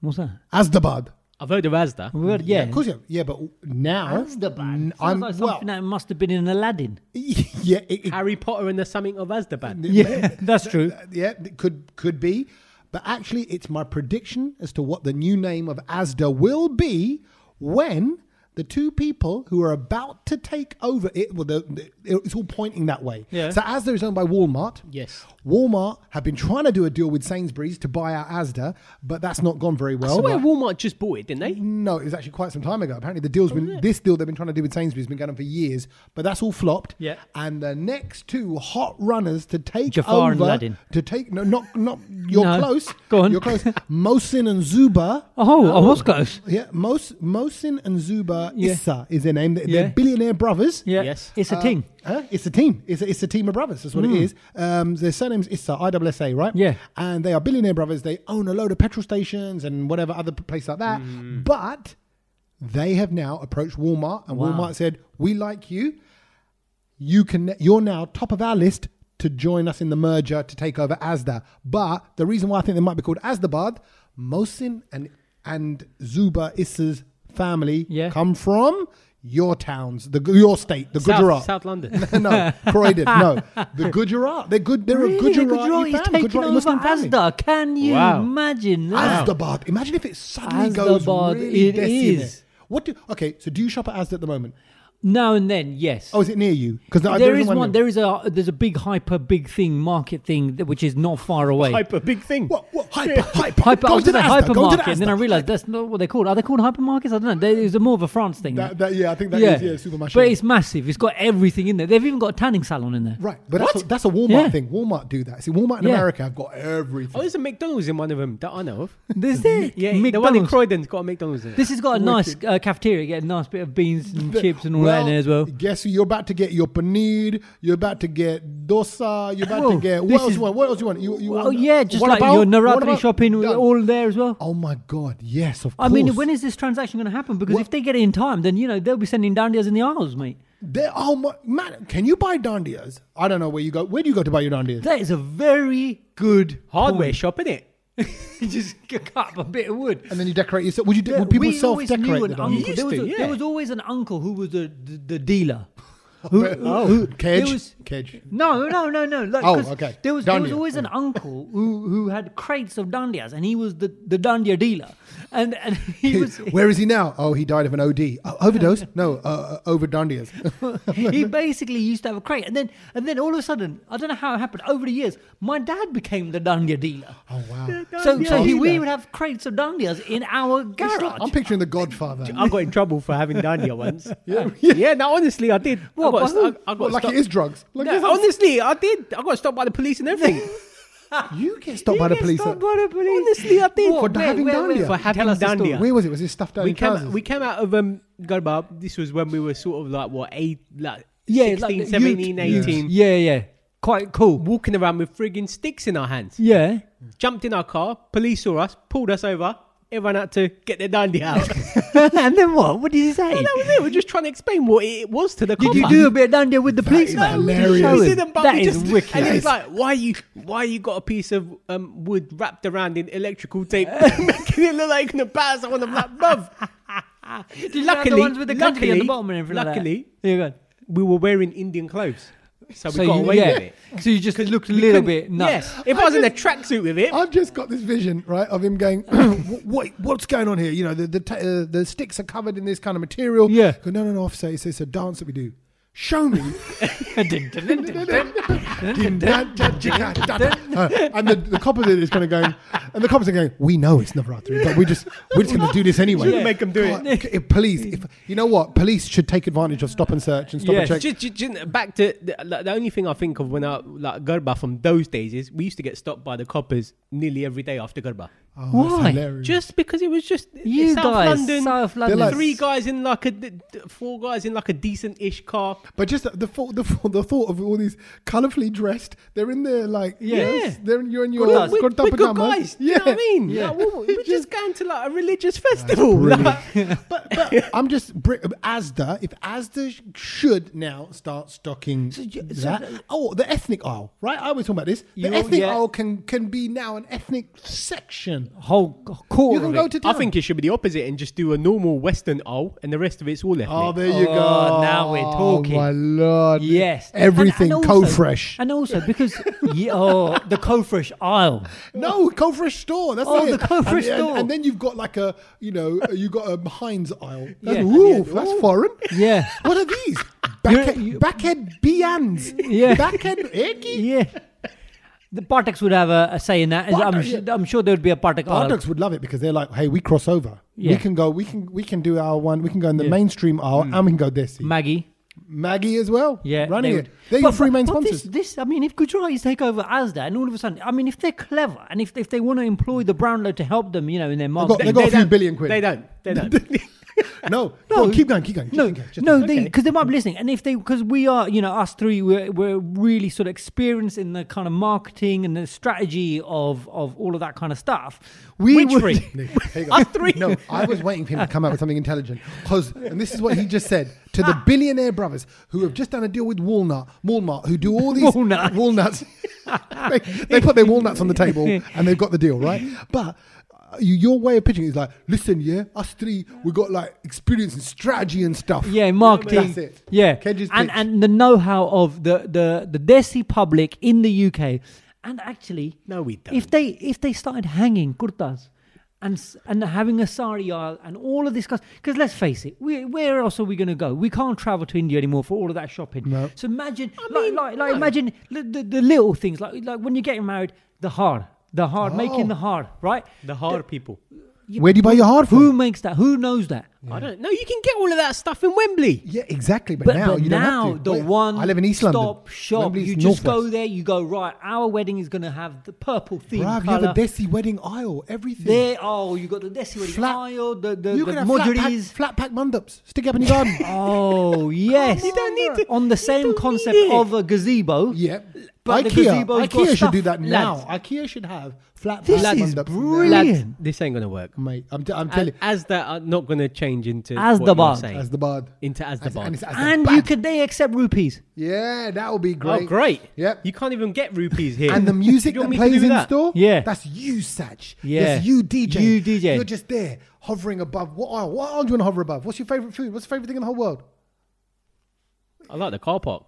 What's that?
Asdabad.
I've heard of Asda.
Well, yeah.
Of course you have. Yeah, but now.
Asdabad.
N-
Sounds
I'm,
like something
well,
that must have been in Aladdin.
yeah, it, it,
Harry Potter and the something of Asdaban.
Yeah, that's true.
yeah, it could, could be. But actually, it's my prediction as to what the new name of Asda will be when the two people who are about to take over it, well, the, the- it's all pointing that way.
Yeah.
So Asda is owned by Walmart.
Yes.
Walmart have been trying to do a deal with Sainsbury's to buy out Asda, but that's not gone very well.
So where Walmart just bought it, didn't they?
No, it was actually quite some time ago. Apparently, the
Oh,
deal's been this deal they've been trying to do with Sainsbury's has been going on for years, but that's all flopped.
Yeah.
And the next two hot runners to take
Jafar
over
and Aladdin.
to take no, not not you're
No.
close.
Go on.
You're close. Mosin and Zuba.
Oh, I was close.
Yeah, Mos, Mosin and Zuba
Yeah.
Issa is their name. They're,
Yeah.
they're billionaire brothers.
Yeah.
Yes.
It's
Uh,
a thing.
Huh? It's a team. It's a, it's a team of brothers. That's what it is. Um, their surname's Issa, IWSA, right?
Yeah.
And they are billionaire brothers. They own a load of petrol stations and whatever other p- place like that. But they have now approached Walmart, and
Wow.
Walmart said, "We like you. You can. You're now top of our list." To join us in the merger to take over Asda, but the reason why I think they might be called Asdabad, Mosin and and Zuba Issa's family
Yeah.
come from your towns, the your state, the
South-
Gujarat,
South London.
no, Croydon. No, the Gujarat. They're good. They're a
Really?
Gujarati
Gujarati
family.
taking
Gujarati
over
Muslim family.
Asda. Can you
Wow.
imagine that?
Asdabad. Imagine if it suddenly goes
Asdabad,
really
it
desi there.
is.
What do? Okay, so do you shop at Asda at the moment?
Now and then, yes.
Oh, is it near you? Because
there is one. There is a there's a big hyper big thing market thing that, which is not far away.
Hyper big thing.
What? What? Hyper. Hyper.
Hyper, I
Go
was
to the
gonna say
Asda. Go to the
hypermarket, and then I
Asda.
realised that's not what they're called. Are they called hypermarkets? I don't know. They, it's a more of a France thing.
That- that- yeah, I think that is yeah, supermarket.
But it's massive. It's got everything in there. They've even got a tanning salon in there.
Right, but that's a, that's a Walmart
Yeah.
thing. Walmart do that. See, Walmart in
Yeah.
America have got everything.
Oh, there's a McDonald's in one of them that I know of.
There's there.
Yeah, the one in
McDonald's.
Croydon's got a McDonald's in it.
This has got a nice uh, cafeteria. Get a nice bit of beans and chips and all that in there as well.
Guess who? You're about to get your paneer. You're about to get dosa. You're about to
Whoa,
get
this
what else
is-
you want? What else you want? You, you
Oh
want-
yeah, just
what
like
about-
your
what
Naratri
about-
shopping,
Done.
all there as well.
Oh my God! Yes, of
I
course.
mean, when is this transaction going to happen? Because
What-
if they get it in time, then you know they'll be sending downdias in the aisles, mate.
there? Oh my man, can you buy dandias? I don't know where you go. Where do you go to buy your dandias?
That is a very good
Hardware
point.
shop, innit?
just cut up a bit of wood.
and then you decorate yourself. Would you? do Would people
we
self
always knew
decorate
an
the
uncle.
dandias?
There was,
to,
a-
yeah.
there was always an uncle who was the the, the dealer. Who,
Oh,
who- there
Kedge.
was-
Kedge.
No, no, no, no. Like,
Oh,
'cause
okay.
There was there was
Dandia.
always an uncle who who had crates of dandias, and he was the the dandia dealer, and and he was
Where is he now? Oh, he died of an OD. Oh, overdose? no, uh, uh, over dandias. Oh,
he basically used to have a crate, and then and then all of a sudden, I don't know how it happened. Over the years, my dad became the dandia dealer.
oh wow!
So, so he, we
dealer.
would have crates of dandias in our garage.
I'm picturing the Godfather.
I got in trouble for having Dandia once. yeah. yeah, no, honestly, I did.
What,
I
by
got, st-
who?
I, I got
Well, like
stopped-
it is drugs. Like
No,
it's-
honestly, I did. I got stopped by the police and everything.
you get stopped by the police.
Stop by the police.
honestly, I did.
For having dandia.
For having
Tell us the
dandia.
story.
Where was it? Was it stuffed down
we
in
came,
trousers?
we came out of um, Garba. This was when we were sort of like, what, eight, like
Yeah, like
16,
the youth-
17,
youth.
18.
Yeah, yeah. Quite cool.
Walking around with frigging sticks in our hands.
Yeah.
Jumped in our car. Police saw us, pulled us over. Everyone had to get their dandy out.
and then what? What did he say?
And that was it. We're just trying to explain what it was to the
Did
cop.
you do a bit down there with the police?
is
man?
hilarious.
Show
We
him.
didn't, but
That
we
is
just,
wicked.
And it's like, why you, why you got a piece of um, wood wrapped around in electrical tape, making it look like you're gonna batter someone? I'm like, bruv.
Did you have
luckily,
the ones with the country on the
luckily-
bottom and everything
luckily,
like that? Yeah, go on.
we were wearing Indian clothes, so we
So
got
you-
away
yeah.
with it.
So you just looked a
We
little
couldn't-
bit nuts. Oh.
Yeah. If I, was in a tracksuit with it,
I've just got this vision, right, of him going, "Wh- "Wait, what's going on here? You know, the the, ta- uh, the sticks are covered in this kind of material."
Yeah.
Go, no, no, no, officer. It's, it's a dance that we do. Show me. and the, the cop is kind of going, and the cops are going, "We know it's Navaratri, but we just we're just going to do this anyway."
Shouldn't make 'em do it.
God, c- Police, if, you know what? Police should take advantage of stop and search and stop
Yes.
and check.
Ju- ju- ju- back to the, like, the only thing I think of when I like Garba from those days is we used to get stopped by the coppers nearly every day after Garba.
Oh,
Why?
hilarious.
Just because it was just
You
South
guys,
London,
South London,
like-
three guys in like a d- d- four guys in like a decent-ish car.
But just the, the thought, the, thought- the thought of all these colourfully dressed, they're in their like, yes, they're in, you're in your
Good lads.
good
We're,
dumper
we're good
dummers.
guys. Yeah. You know what I mean?
Yeah.
Like, we're we're just going to like a religious festival. Like, but but
I'm just bri- Asda. If Asda sh- should now start stocking
you- so
that, oh, the ethnic aisle, right? I was talking about this. The
You-
ethnic
yeah.
aisle can can be now an ethnic section.
whole core.
You can
of
go
it.
to.
I
Town.
think it should be the opposite and just do a normal Western aisle, and the rest of it's all ethnic.
Oh, there you go.
Oh, now we're talking.
Oh my lord!
Yes, And-
everything
and also-
co-fresh.
and also because yeah, oh, the co-fresh aisle.
No, co-fresh store. That's
Oh,
it.
the co-fresh
And- and-
store.
And then you've got like a, you know, you got a Heinz aisle. That's,
Yeah.
Ooh, that's foreign.
Yeah,
What are these? Backhead,
you-
backhead Bians.
Yeah.
Backhead Eggy.
yeah. The Partex would have a, a say in that. I'm,
Partex,
su- I'm sure there would be a Partex aisle.
Products would love it because they're like, hey, we cross over. We
Yeah.
can go. We can. We can do our one. We can go in the mainstream aisle, and we can go this.
Maggie.
Maggie as well.
Yeah,
running
they
it. They're your three main sponsors.
This, this, I mean, if Gujaratis take over Asda, and all of a sudden, I mean, if they're clever and if if they want to employ the Brownlow to help them, you know, in their marketing,
they got a few
don't.
billion quid.
They don't. They don't.
no, no, keep going, keep going.
no,
keep going, just-
no, they because they might be listening, and if they because we are, you know, us three, we're, we're really sort of experienced in the kind of marketing and the strategy of of all of that kind of stuff. We
Which
would-
three?
No, there you
Us
go.
three.
No, I was waiting for him to come out with something intelligent. 'Cause- and this is what he just said to the billionaire brothers who have just done a deal with Walnut, Walmart, who do all these
Walnut.
walnuts. they, they put their walnuts on the table and they've got the deal, right? But uh, you, your way of pitching it is like, listen, yeah, us three, we got like experience and strategy and stuff.
Yeah, marketing.
That's it.
Yeah,
Kedge's
and
pitch.
and the know-how of the the the Desi public in the UK, and actually,
No, we don't.
If they if they started hanging kurtas. And, s- and having a sari aisle and all of this because let's face it we, where else are we going to go we can't travel to India anymore for all of that shopping
No.
so imagine like, like, like imagine the, the, the little things like like when you're getting married the har the har making the har right
the hard people.
Where do you buy your hard
who
food?
makes that who knows that
I don't know. You can get all of that stuff in Wembley.
Yeah, exactly. But,
But,
now
but
you
now
don't have to.
the
Wait,
one
I live in East
stop
London.
shop.
Wembley's
you just go
northwest.
there. You go right. Our wedding is going to have the purple theme
Bruv, you have a
color.
Desi wedding aisle. Everything.
there, oh, you got the desi wedding
Flat-
aisle, the the,
you
the
can have flat pack,
mojuris.
flat pack mandups. Stick it up in your garden.
Oh yes,
You don't need to-
on the
you don't
same
need
concept
it.
of a gazebo.
Yeah.
but the
IKEA,
gazebo's got
IKEA should
stuff,
do that now.
lads.
IKEA should have flat
This
pack
is
mandups.
brilliant.
Lads, this ain't gonna work.
mate. I'm, t- I'm
As,
telling
as that are not gonna change into
As
what
the
you're
bar.
saying.
you, Mm, as the bard.
into as the
As-
bar.
and it's as the
and
bard.
you could they accept rupees?
Yeah, that would be great.
Oh, great!
Yep.
you can't even get rupees here.
and the music
You want
that
me to
plays
do
in
that?
store,
Yeah.
that's you, Satch.
Yeah.
That's you, DJ.
You, DJ.
You're just there, hovering above. What aisle? What aisle do you want to hover above? What's your favorite food? What's your favorite thing in the whole world?
I like the car park.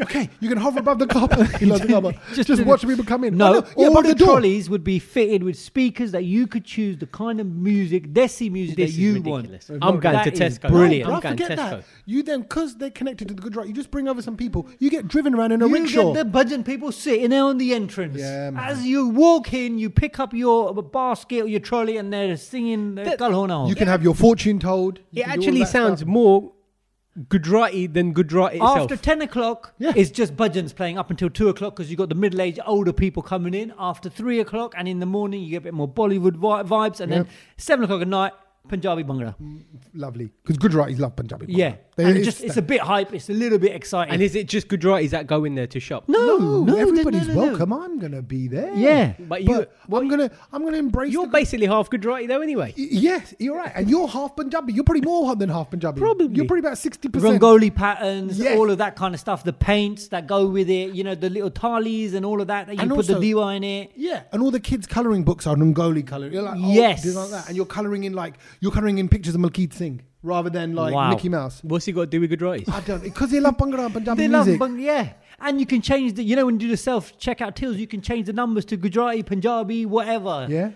Okay, you can hover above the carpet. He loves the carpet. Just,
do
watch
the-
people come in.
No,
oh, yeah,
all
above
the,
the door.
trolleys would be fitted with speakers that you could choose the kind of music, desi music
This is
that you
ridiculous.
want.
I'm going
That
to
is
Tesco.
Brilliant.
I'm
Bruh,
going
forget
Tesco.
that. You then, because they're connected to the good right, you just bring over some people. You get driven around in a
You
rickshaw.
get the budget people sitting there on the entrance.
Yeah, man.
As you walk in, you pick up your basket or your trolley, and they're singing the
That-
Galhona.
you can have your fortune told. You can
It
do all
actually
that
sounds
stuff.
more Gujarati than Gujarati itself.
after ten o'clock,
Yeah.
it's just budgeons playing up until two o'clock because you've got the middle-aged older people coming in. After three o'clock, and in the morning, you get a bit more Bollywood vi- vibes, and then
Yeah. Mm.
seven o'clock at night, Punjabi bhangra.
lovely because Gujaratis love Punjabi. bhangra.
Yeah,
They-
and just it's a bit hype. It's a little bit exciting.
and is it just Gujaratis that go in there to shop?
no,
no,
no, no,
everybody's
no, no, no.
welcome. I'm gonna be there.
Yeah.
but,
But you-
I'm gonna I'm gonna embrace.
You're
the-
basically half Gujarati though, anyway.
Y- Yes, you're right, and you're half Punjabi. You're probably more than half Punjabi.
Probably.
You're probably about sixty percent.
Rangoli patterns,
Yes.
all of that kind of stuff, the paints that go with it, you know, the little talis and all of that that you
And
put
also-
the diwa in it.
Yeah, and all the kids' coloring books are Rangoli coloring. You're like, oh,
Yes.
design like that, and you're coloring in like you're coloring in pictures of Malkeet Singh rather than like
Wow.
Mickey Mouse.
What's he got to do with Gujaratis?
I don't because they love Bhangra and Punjabi
They love
music.
bang, yeah. And you can change the, you know, when you do the self checkout tills, you can change the numbers to Gujarati, Punjabi, whatever.
yeah,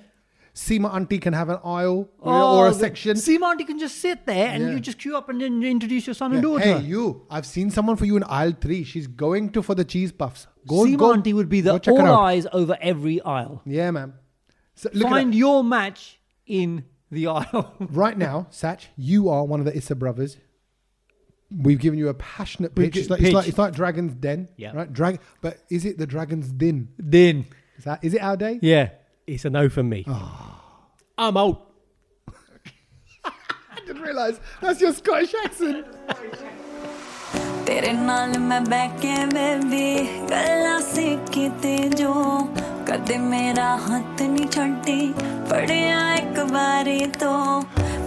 Seema auntie can have an aisle or,
Oh,
or a
the-
section.
Seaman, you can just sit there and
Yeah.
you just queue up and then you introduce your son
Yeah,
and daughter.
Hey, you! I've seen someone for you in aisle three. She's going to for the cheese puffs. Go,
Seema
go.
auntie would be
go
the
check her
all
out.
eyes over every aisle.
Yeah, ma'am. So look at
Find
that.
your match in the aisle.
right now, Satch. You are one of the Issa brothers. We've given you a passionate pitch.
gi-
It's like, it's
pitch.
like it's like Dragon's Den,
Yeah.
right? Dragon, but is it the Dragon's Din?
then,
Is that is it our day?
yeah.
It's a no for me.
Ah.
I'm old.
I didn't realise that's your Scottish accent.
ਤੇਰੇ ਨਾਲ ਮੈਂ ਬਹਿ ਕੇ baby ਗੱਲਾਂ ਸਿੱਖੀ ਤੇ ਜੋ ਕਦੇ ਮੇਰਾ ਹੱਥ ਨਹੀਂ ਛੱਡੀ ਫੜਿਆ ਇੱਕ ਵਾਰੀ ਤੋਂ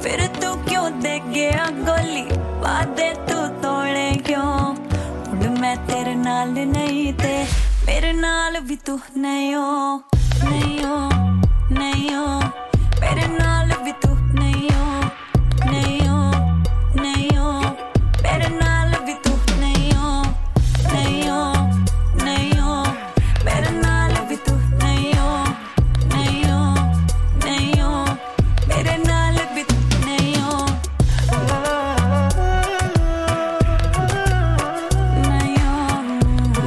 ਫਿਰ ਤੂੰ ਕਿਉਂ ਦੇ ਗਿਆ ਗੋਲੀ ਵਾਦੇ ਤੂੰ ਤੋੜੇ ਕਿਉਂ ਹੁਣ ਮੈਂ ਤੇਰੇ ਨਾਲ ਨਹੀਂ ਤੇ ਮੇਰੇ ਨਾਲ ਵੀ ਤੂੰ ਨਹੀਂ ਹੋ ਨਹੀਂ ਹੋ ਨਹੀਂ ਹੋ ਮੇਰੇ ਨਾਲ ਵੀ ਤੂੰ ਨਹੀਂ ਹੋ ਨਹੀਂ ਹੋ ਨਹੀਂ ਹੋ ਮੇਰੇ ਨਾਲ ਵੀ ਤੂੰ ਨਹੀਂ ਹੋ ਨਹੀਂ ਹੋ ਨਹੀਂ ਹੋ ਮੇਰੇ ਨਾਲ ਵੀ ਤੂੰ ਨਹੀਂ ਹੋ ਨਹੀਂ ਹੋ ਨਹੀਂ ਹੋ ਮੇਰੇ ਨਾਲ ਵੀ ਤੂੰ ਨਹੀਂ ਹੋ ਨਹੀਂ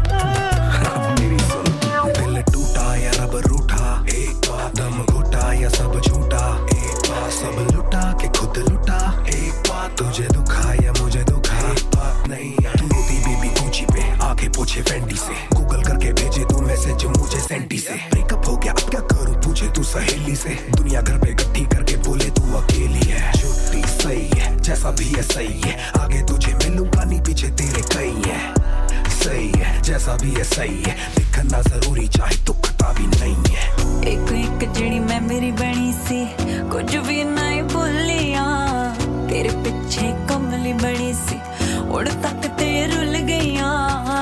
मेरी सुन दिल टूटा या रब रूठा एक बार दम घुटा या सब झूठा एक बार सब लुटा के खुद लुटा एक बार तुझे दुखा या मुझे दुखा एक बार नहीं तू रोती बेबी गुची पे आगे पूछे फैंडी से गूगल करके भेजे तू मैसेज मुझे सेंटी से ब्रेकअप हो गया अब क्या करूं पूछे तू सहेली से दुनिया घर पे इकट्ठी करके बोले तू अकेली है छुट्टी सही है जैसा भी है सही है आगे तुझे मिलूंगा नहीं पीछे तेरे कई है सही है जैसा भी है सही है दिखना जरूरी चाहे दुखता भी नहीं है
ਇੱਕ ਇੱਕ ਜਿਹੜੀ ਮੈਂ ਮੇਰੀ ਬਣੀ ਸੀ ਕੁਝ ਵੀ ਨਹੀਂ ਭੁੱਲਿਆ ਤੇਰੇ ਪਿੱਛੇ ਕਮਲੀ ਬਣੀ ਸੀ ਉੜ ਤੱਕ ਤੇ ਰੁੱਲ ਗਈਆਂ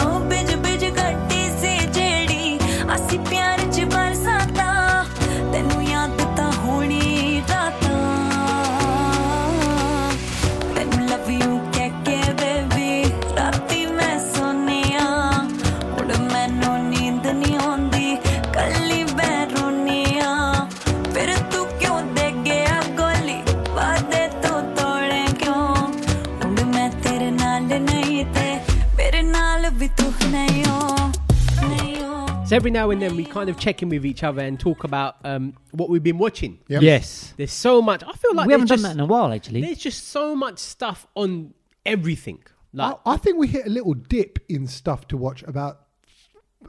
ਉਹ ਬਿਜ ਬਿਜ ਘੱਟੀ ਸੀ ਜਿਹੜੀ ਅਸੀਂ ਪਿਆਰ ਚ ਬਰਸਾਤਾ ਤੈਨੂੰ ਯਾਦ ਤਾਂ ਹੋਣੀ ਰਾਤਾਂ ਤੈਨੂੰ ਲਵ ਯੂ ਕਹਿ ਕੇ ਬੇਬੀ ਰਾਤੀ ਮੈਂ ਸੋਨੀਆ ਹੁਣ ਮੈਨੂੰ ਨੀਂਦ ਨਹੀਂ ਆਉਂਦੀ ਕੱਲੀ ਮੈਂ ਰੋਨੀਆ ਫਿਰ ਤੂੰ ਕਿਉਂ ਦੇ ਗਿਆ ਗੋਲੀ ਵਾਦੇ ਤੂੰ ਤੋੜੇ ਕਿਉਂ ਹੁਣ ਮੈਂ ਤੇਰੇ ਨਾਲ ਨਹੀਂ ਤੇ ਮੇਰੇ ਨਾਲ ਵੀ ਤੂੰ ਨਹੀਂ ਹੋ ਨਹੀਂ ਹੋ
So every now and then we kind of check in with each other and talk about um, what we've been watching.
Yep.
Yes.
There's so much. I feel like
we haven't
there's
done that
just-
in a while, actually.
There's just so much stuff on everything. Like,
I, I think we hit a little dip in stuff to watch about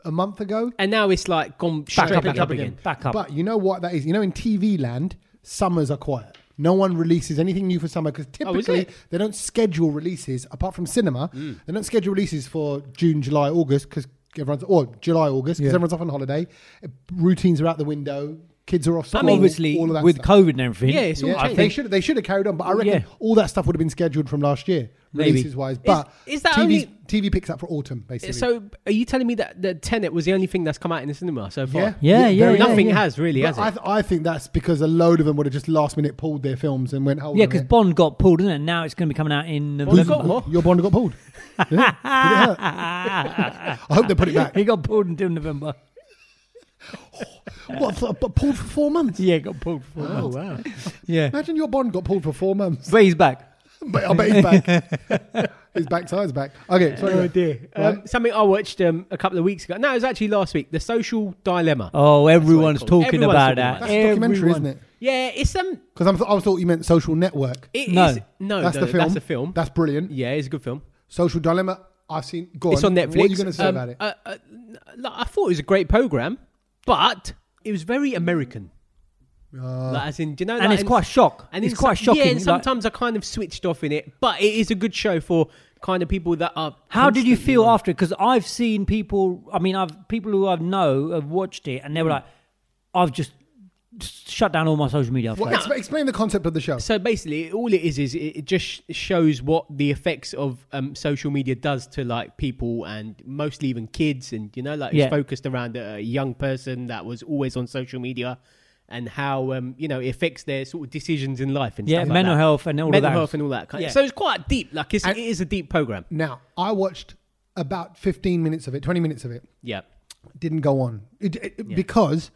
a month ago.
and now it's like gone straight back, up again.
Back up.
But you know what that is? You know, in TV land, summers are quiet. No one releases anything new for summer because
Oh, is
typically
it? Hmm.
they don't schedule releases apart from cinema. They don't schedule releases for June, July, August because everyone's or July, August because everyone's off on holiday. Uh, Routines are out the window. Kids are off school.
I mean, obviously,
all of that
with
stuff.
COVID and everything.
Yeah, it's all
Yeah,
changed.
they should they should have carried on, but I reckon
Yeah.
all that stuff would have been scheduled from last year,
Maybe.
releases wise. But
is that
TV's
only-
TV picks up for autumn basically?
So are you telling me that the Tenet was the only thing that's come out in the cinema so far?
yeah,
Yeah, yeah,
very-
yeah,
Nothing has really, has
But I,
it?
th- I think that's because a load of them would have just last minute pulled their films and went, hold on
Yeah,
a
because
minute.
Bond got pulled, didn't it? Now it's going to be coming out in
Bond's
November. Ah,
got what?
your bond got pulled. Yeah. Did it hurt? I hope they put it back.
he got pulled until November.
What, for, but pulled for four months?
Yeah, got pulled. For
Oh, wow.
Yeah.
Imagine your bond got pulled for four months.
But he's back.
But I bet he's back. his backside's back. Okay, sorry. Oh, dear.
Um, something I watched um, a couple of weeks ago. No, it was actually last week. The Social Dilemma.
Oh, everyone's
called.
talking
Everyone's
about
talking
that.
about
that's a documentary, isn't it?
Yeah, it's um,
Because I th- I thought you meant social network.
it
No.
is- no,
that's
no,
the
no,
film.
That's a film.
That's brilliant.
yeah, it's a good film.
Social dilemma. I've seen. Go
It's on Netflix.
What are you going to say
Um,
about it?
Uh, uh, n- like, I thought it was a great program, but it was very American.
Uh,
Like, as in, do you know,
And
like,
it's quite a shock.
And
it's
in
quite
some-
shocking.
Yeah, and
like-
sometimes I kind of switched off in it, but it is a good show for kind of people that are.
How did you
constantly-
feel after it? Because I've seen people. I mean, I've people who I know have watched it, and they
Mm.
were like, "I've just, just shut down all my social media."
Well,
Like,
exp- explain the concept of the show.
So basically, all it is is it it just sh- shows what the effects of um, social media does to like people and mostly even kids, and you know, like
Yeah.
it's focused around a young person that was always on social media, and how um, you know it affects their sort of decisions in life and
Yeah,
stuff like
mental
that.
health and all of
mental
that.
health and all that kind.
Yeah.
So it's quite deep. Like it's, it is a deep program.
Now, I watched about 15 minutes of it, 20 minutes of it.
Yeah.
Didn't go on it, it- because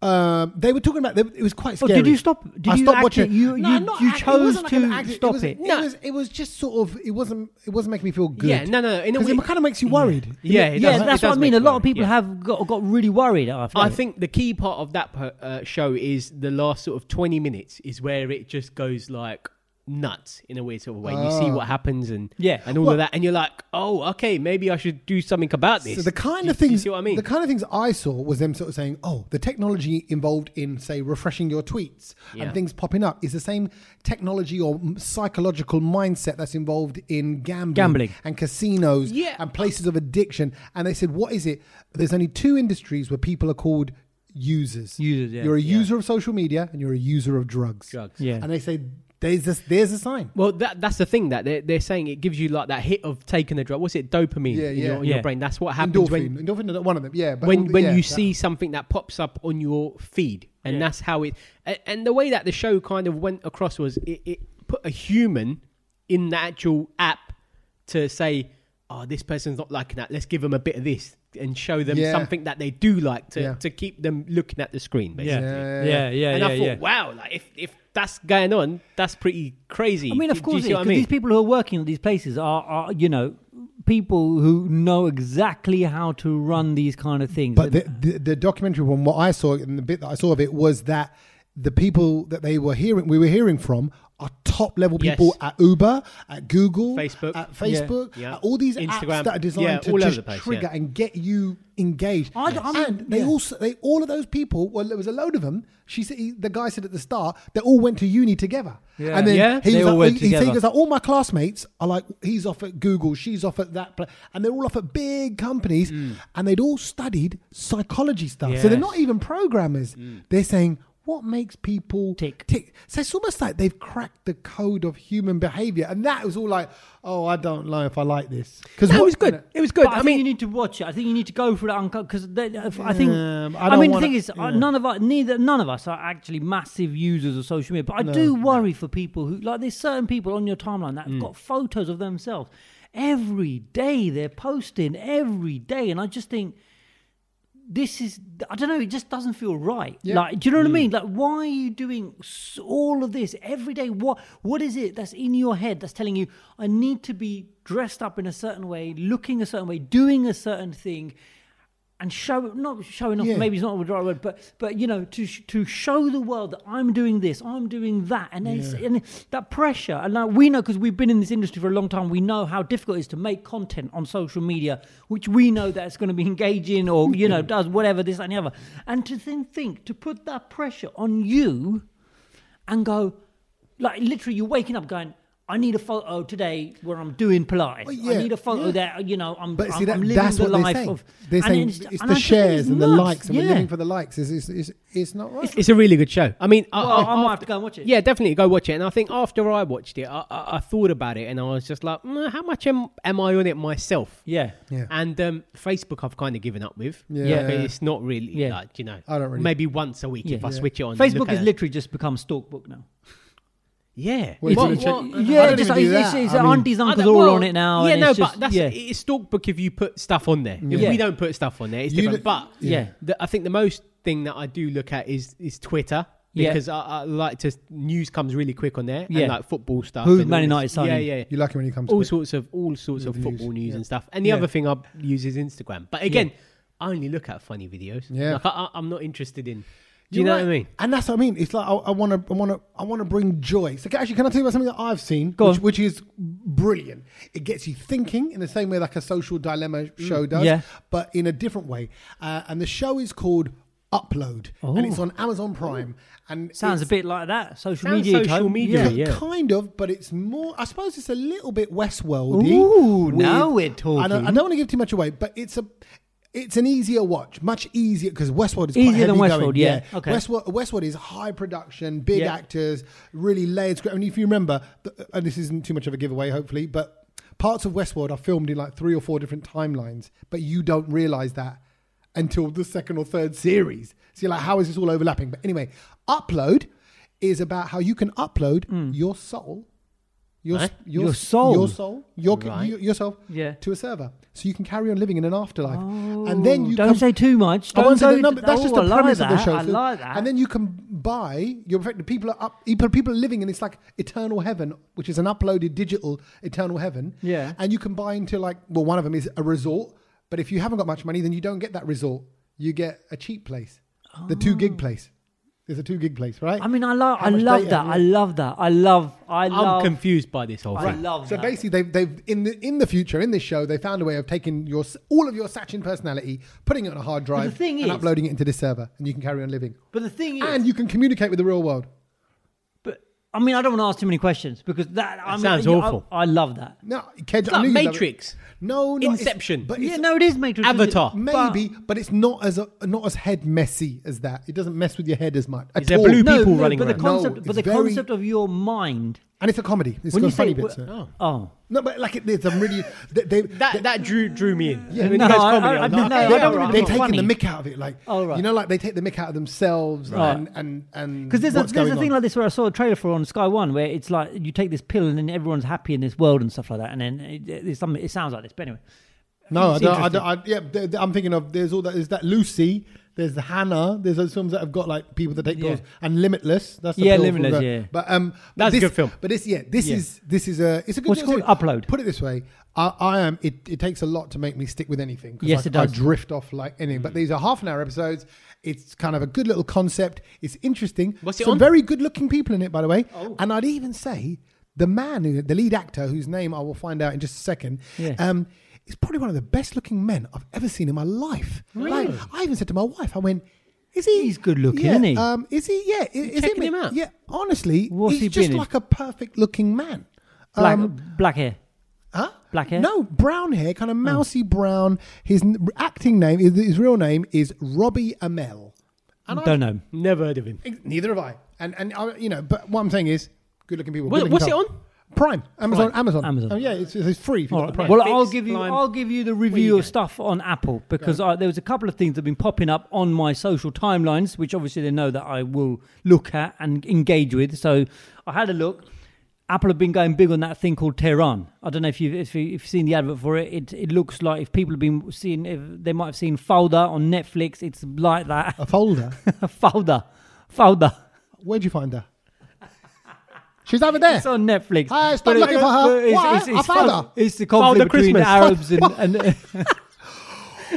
um, they were talking about it was quite scary.
did you stop- did
I
you
stopped
act
watching.
it? You-
No,
you-
I'm not
you
act- it
chose
wasn't an
to
act-
stop
was,
it?
It,
No.
was, it was just sort of. It wasn't. It wasn't making me feel good.
Yeah, no, no, in a
'Cause
way-
it kind of makes you worried.
Yeah, it
yeah,
does-
that's
it does
what I mean.
make
A
you
lot of
worry,
people
yeah. Oh,
have got, got really worried after.
I
that.
think the key part of that per- uh, show is the last sort of 20 minutes is where it just goes like nuts in a way, sort of way. You see what happens and
Yeah.
and all
Oh. Well-
of that, and you're like, oh, okay, maybe I should do something about this.
So the kind
You-
of things
you see what I mean?
the kind of things I saw was them sort of saying, "Oh, the technology involved in say refreshing your tweets
Yeah.
and things popping up is the same technology or m- psychological mindset that's involved in gambling,
Gambling.
and casinos
Yeah.
and places of addiction." And they said, "What is it? There's only two industries where people are called users.
Users, yeah.
You're a user of social media and you're a user of drugs.
Drugs.
Yeah.
And they say there's this, there's a sign.
Well, that that's the thing that they're, they're saying it gives you like that hit of taking the drug. What's it? Dopamine
Yeah,
in,
yeah.
Your, in
Yeah.
your brain. That's what happens
Endorphin,
when
endorphin, one of them. Yeah, but all
when
the-
when
yeah,
you
that-
see something that pops up on your feed, and
Yeah.
that's how it. a- And the way that the show kind of went across was it, it put a human in the actual app to say, "Oh, this person's not liking that. Let's give them a bit of this and show them
Yeah.
something that they do like to
Yeah.
to keep them looking at the screen." Basically.
yeah, yeah, yeah,
and
yeah,
I thought,
yeah.
wow, like if if that's going on, that's pretty crazy.
I mean,
Do
of
you
course,
see
it is,
what I
'cause
mean?
these people who are working at these places are, are, you know, people who know exactly how to run these kind of things.
But the, the, the documentary one, what I saw and the bit that I saw of it was that the people that they were hearing, we were hearing from, are top level
Yes.
people at Uber, at Google,
Facebook.
at Facebook,
Yeah.
at all these apps
Instagram.
that are designed
Yeah,
to
all over
just
the place,
trigger
yeah.
and get you engaged.
I don't- I mean,
and they
yeah.
also, they all of those people. Well, there was a load of them. She said, he- the guy said at the start, they all went to uni together.
Yeah.
And then
Yeah.
he
They
was
all
like,
went
he, he said- he
together.
goes like, all my classmates are like, he's off at Google, she's off at that, pla-, and they're all off at big companies, and they'd all studied psychology stuff. So they're
Mm. Yes. Mm.
not even programmers. They're saying, what makes people
Tick.
tick? So it's almost like they've cracked the code of human behavior, and that was all like, oh, I don't know if I like this because
No, it was good. It was good.
But I,
I
think
mean,
you need to watch it. I think you need to go for that uncut because I think.
Um, I
I,
don't
mean, the
wanna-
thing is, uh,
yeah.
none of us, neither none of us are actually massive users of social media. But I do worry for people who like. There's certain people on your timeline that have
Mm.
got photos of themselves every day. They're posting every day, and I just think this is I don't know. It just doesn't feel right. Like, do you know
Mm.
what I mean? Like, why are you doing s- all of this every day? What What is it that's in your head that's telling you I need to be dressed up in a certain way, looking a certain way, doing a certain thing, and show not showing off.
Yeah.
Maybe it's not the right word, but but you know, to sh- to show the world that I'm doing this, I'm doing that, and then and it's- that pressure. And like we know because we've been in this industry for a long time, we know how difficult it is to make content on social media, which we know that it's going to be engaging or you know does whatever this that, and the other. And to then think to put that pressure on you, and go like literally you're waking up going. I need a photo today where I'm doing Pilates.
Well,
I
yeah,
need a photo
yeah.
that you know I'm.
But
I'm,
see, that,
I'm living
that's
the
what they're
life
saying.
of.
They're
and
saying it's, the
I think
shares
it's
and the
nuts,
likes, and
yeah.
we're living for the likes. It's, it's, it's, it's not right.
It's a really good show. I mean, I,
Well, I,
I-
might
after-
have to go and watch it.
yeah, definitely go watch it. And I think after I watched it, I, I, I thought about it and I was just like, mm, how much am, am I on it myself?
yeah.
yeah.
And um, Facebook, I've kind of given up with.
Yeah.
Like, it's not really
Yeah.
like you know.
I don't really-
Maybe once a week if I
Yeah.
switch it on. and look
Facebook
at
has
it.
literally just become stalkbook now.
yeah.
Well,
What-
it's
what-
literally- I
Yeah,
don't even
just like,
do
it's, it's,
that.
it's
I mean-
aunties, uncles
I don't-
all
well,
on it now.
Yeah,
and
no,
it's
but
just-
that's
yeah.
it's stalkbook if you put stuff on there. If
Yeah.
we don't put stuff on there, it's
You
different.
d-
but
Yeah.
the, I think the most thing that I do look at is is Twitter.
Yeah.
Because I, I like to news comes really quick on there,
Yeah.
and like football stuff.
Who
and
Man
all this-
United signing.
Yeah, yeah.
you like it when you come to
all
it.
sorts of all sorts of
the
football
news,
news
yeah.
and stuff. And the
Yeah.
other thing I use is Instagram. But again, I only look at funny videos.
Yeah.
Like, I, I, I'm not interested in. Do you
You're
know
right.
what I mean?
And that's what I mean. It's like I want to, I want to, I want to bring joy. So can- actually, can I tell you about something that I've seen,
Go
which,
on.
which is brilliant. It gets you thinking in the same way like a social dilemma show does,
Mm, Yeah.
but in a different way. Uh, and the show is called Upload, and it's on Amazon Prime. And
Oh. Sounds a
it's-
bit like that. Social
Sounds
media.
social
Tone.
media,
Yeah.
yeah.
Kind of, but it's more. I suppose it's a little bit Westworldy.
Ooh, now we're talking.
I don't, I don't want to give too much away, but it's a. It's an easier watch, much easier because Westworld is quite
Easier than
heavy
Westworld,
going.
yeah. Okay.
Westworld, Westworld is high production, big
Yeah.
actors, really layered script. And if you remember, th- and this isn't too much of a giveaway, hopefully, but parts of Westworld are filmed in like three or four different timelines, but you don't realize that until the second or third series. So you're like, how is this all overlapping? But anyway, upload is about how you can upload your soul, your
Right.
your,
Hmm. Your soul.
your soul, your,
Right.
you- yourself,
Yeah.
to a server, so you can carry on living in an afterlife. and then you
Oh. don't
can-
say too much.
I won't
Don't
say the
go-
number. That's
oh,
just the
I like
premise of the
that.
show.
I
So-
like that.
And then you can buy. You're affected. People are up. People, people are living in this like eternal heaven, which is an uploaded digital eternal heaven.
Yeah.
And you can buy into like well, one of them is a resort, but if you haven't got much money, then you don't get that resort. You get a cheap place, the two gig place. There's a two gig place, right?
Oh. I mean, I love,
How
I
much
love
data
that.
have
I
you-
love that. I love, I
I'm
love,
confused by this whole
I
thing.
love
So
that.
basically, they've they've in the in the future in this show they found a way of taking your s- all of your Sachin personality, putting it on a hard drive,
the thing
and
is-
uploading it into this server, and you can carry on living.
but the thing is,
And you can communicate with the real world.
but I mean, I don't want to ask too many questions because that I mean,
sounds
you- I-
awful.
I, love that.
No, Kedge,
It's
I
like
knew you'd love it.
Matrix.
No, not, it's-
Inception.
But
Yeah,
it's,
no, it is Matrix. isn't it?
Avatar.
But-
maybe, but, it's not as a, not as head messy as that. It doesn't mess with your head as much. at
there
all.
blue No, people running
but the
around.
concept,
No,
but the
it's very-
concept of your mind.
and it's a comedy. It's
When you
got
say
funny
it,
bits.
wh-
in it.
Oh,
No, but like it, there's some really they, they,
That that drew drew me in.
Yeah.
I mean,
No,
you guys
I-
comedy,
I-
I'm
I
like,
mean, no,
okay,
they're,
I don't
alright,
know.
they're
I'm
cool.
taking
funny.
the mick out of it, like
Oh, right.
you know, like they take the mick out of themselves and and and
Because there's,
what's
a, there's a
going
thing
on.
like this where I saw a trailer for on Sky One where it's like you take this pill and then everyone's happy in this world and stuff like that, and then it, it's something, it sounds like this. But anyway,
No, I
It's
don't, I don't, I, yeah, there- there- I'm thinking of there's all that is that Lucy, there's the Hannah, there's those films that have got like people that take pills
Yeah.
and Limitless. That's the
Yeah,
pill from
Limitless,
the-
yeah.
But um, but
That's a
this-
good film.
But this, yeah, this
Yeah.
is this is a it's a good.
What's it
it's a-
called? Upload.
Put it this way, I, I am. It, it takes a lot to make me stick with anything. 'cause
Yes,
I,
it does. Mm.
I drift off like anything. But these are half an hour episodes. It's kind of a good little concept. It's interesting.
What's it
Some
on?
very good looking people in it, by the way.
Oh.
And I'd even say the man, who- the lead actor, whose name I will find out in just a second.
Yeah.
Um, is probably one of the best looking men I've ever seen in my life. Like, I even said to my wife, I went, is he?
He's good looking,
yeah,
isn't he?
Um, is he? Yeah. i- Is,
checking
he-
him out?
Yeah. Honestly,
What's
he's
he
just
been in?
like a perfect looking man.
black,
Um,
black hair.
Huh?
Black hair? Oh.
No, brown hair, kind of mousy brown. His n- acting name, his, his real name is Robbie Amell. And I-
don't know.
Never heard of him.
Ex- Neither have I. And and I, you know, but what I'm saying is, good looking people.
What-
good looking
what's it
couple.
on?
Prime, Amazon,
Prime.
Amazon,
Amazon.
Oh, yeah, it's, it's free if you've got the Prime.
Well,
Fix
I'll give you.
line.
I'll give you the
you
review
go.
of stuff on Apple because I, there was a couple of things that have been popping up on my social timelines, which obviously they know that I will look at and engage with. So I had a look. Apple have been going big on that thing called Tehran. I don't know if you've if, you, if you've seen the advert for it. It it looks like if people have been seeing, if they might have seen Folder on Netflix. It's like that.
a folder.
Folder, Folder.
Where'd you find her? She's over there.
It's on Netflix.
Hey, stop looking for her.
but
Why? I found her.
It's the conflict
Folder
between
Christmas.
Arabs and, and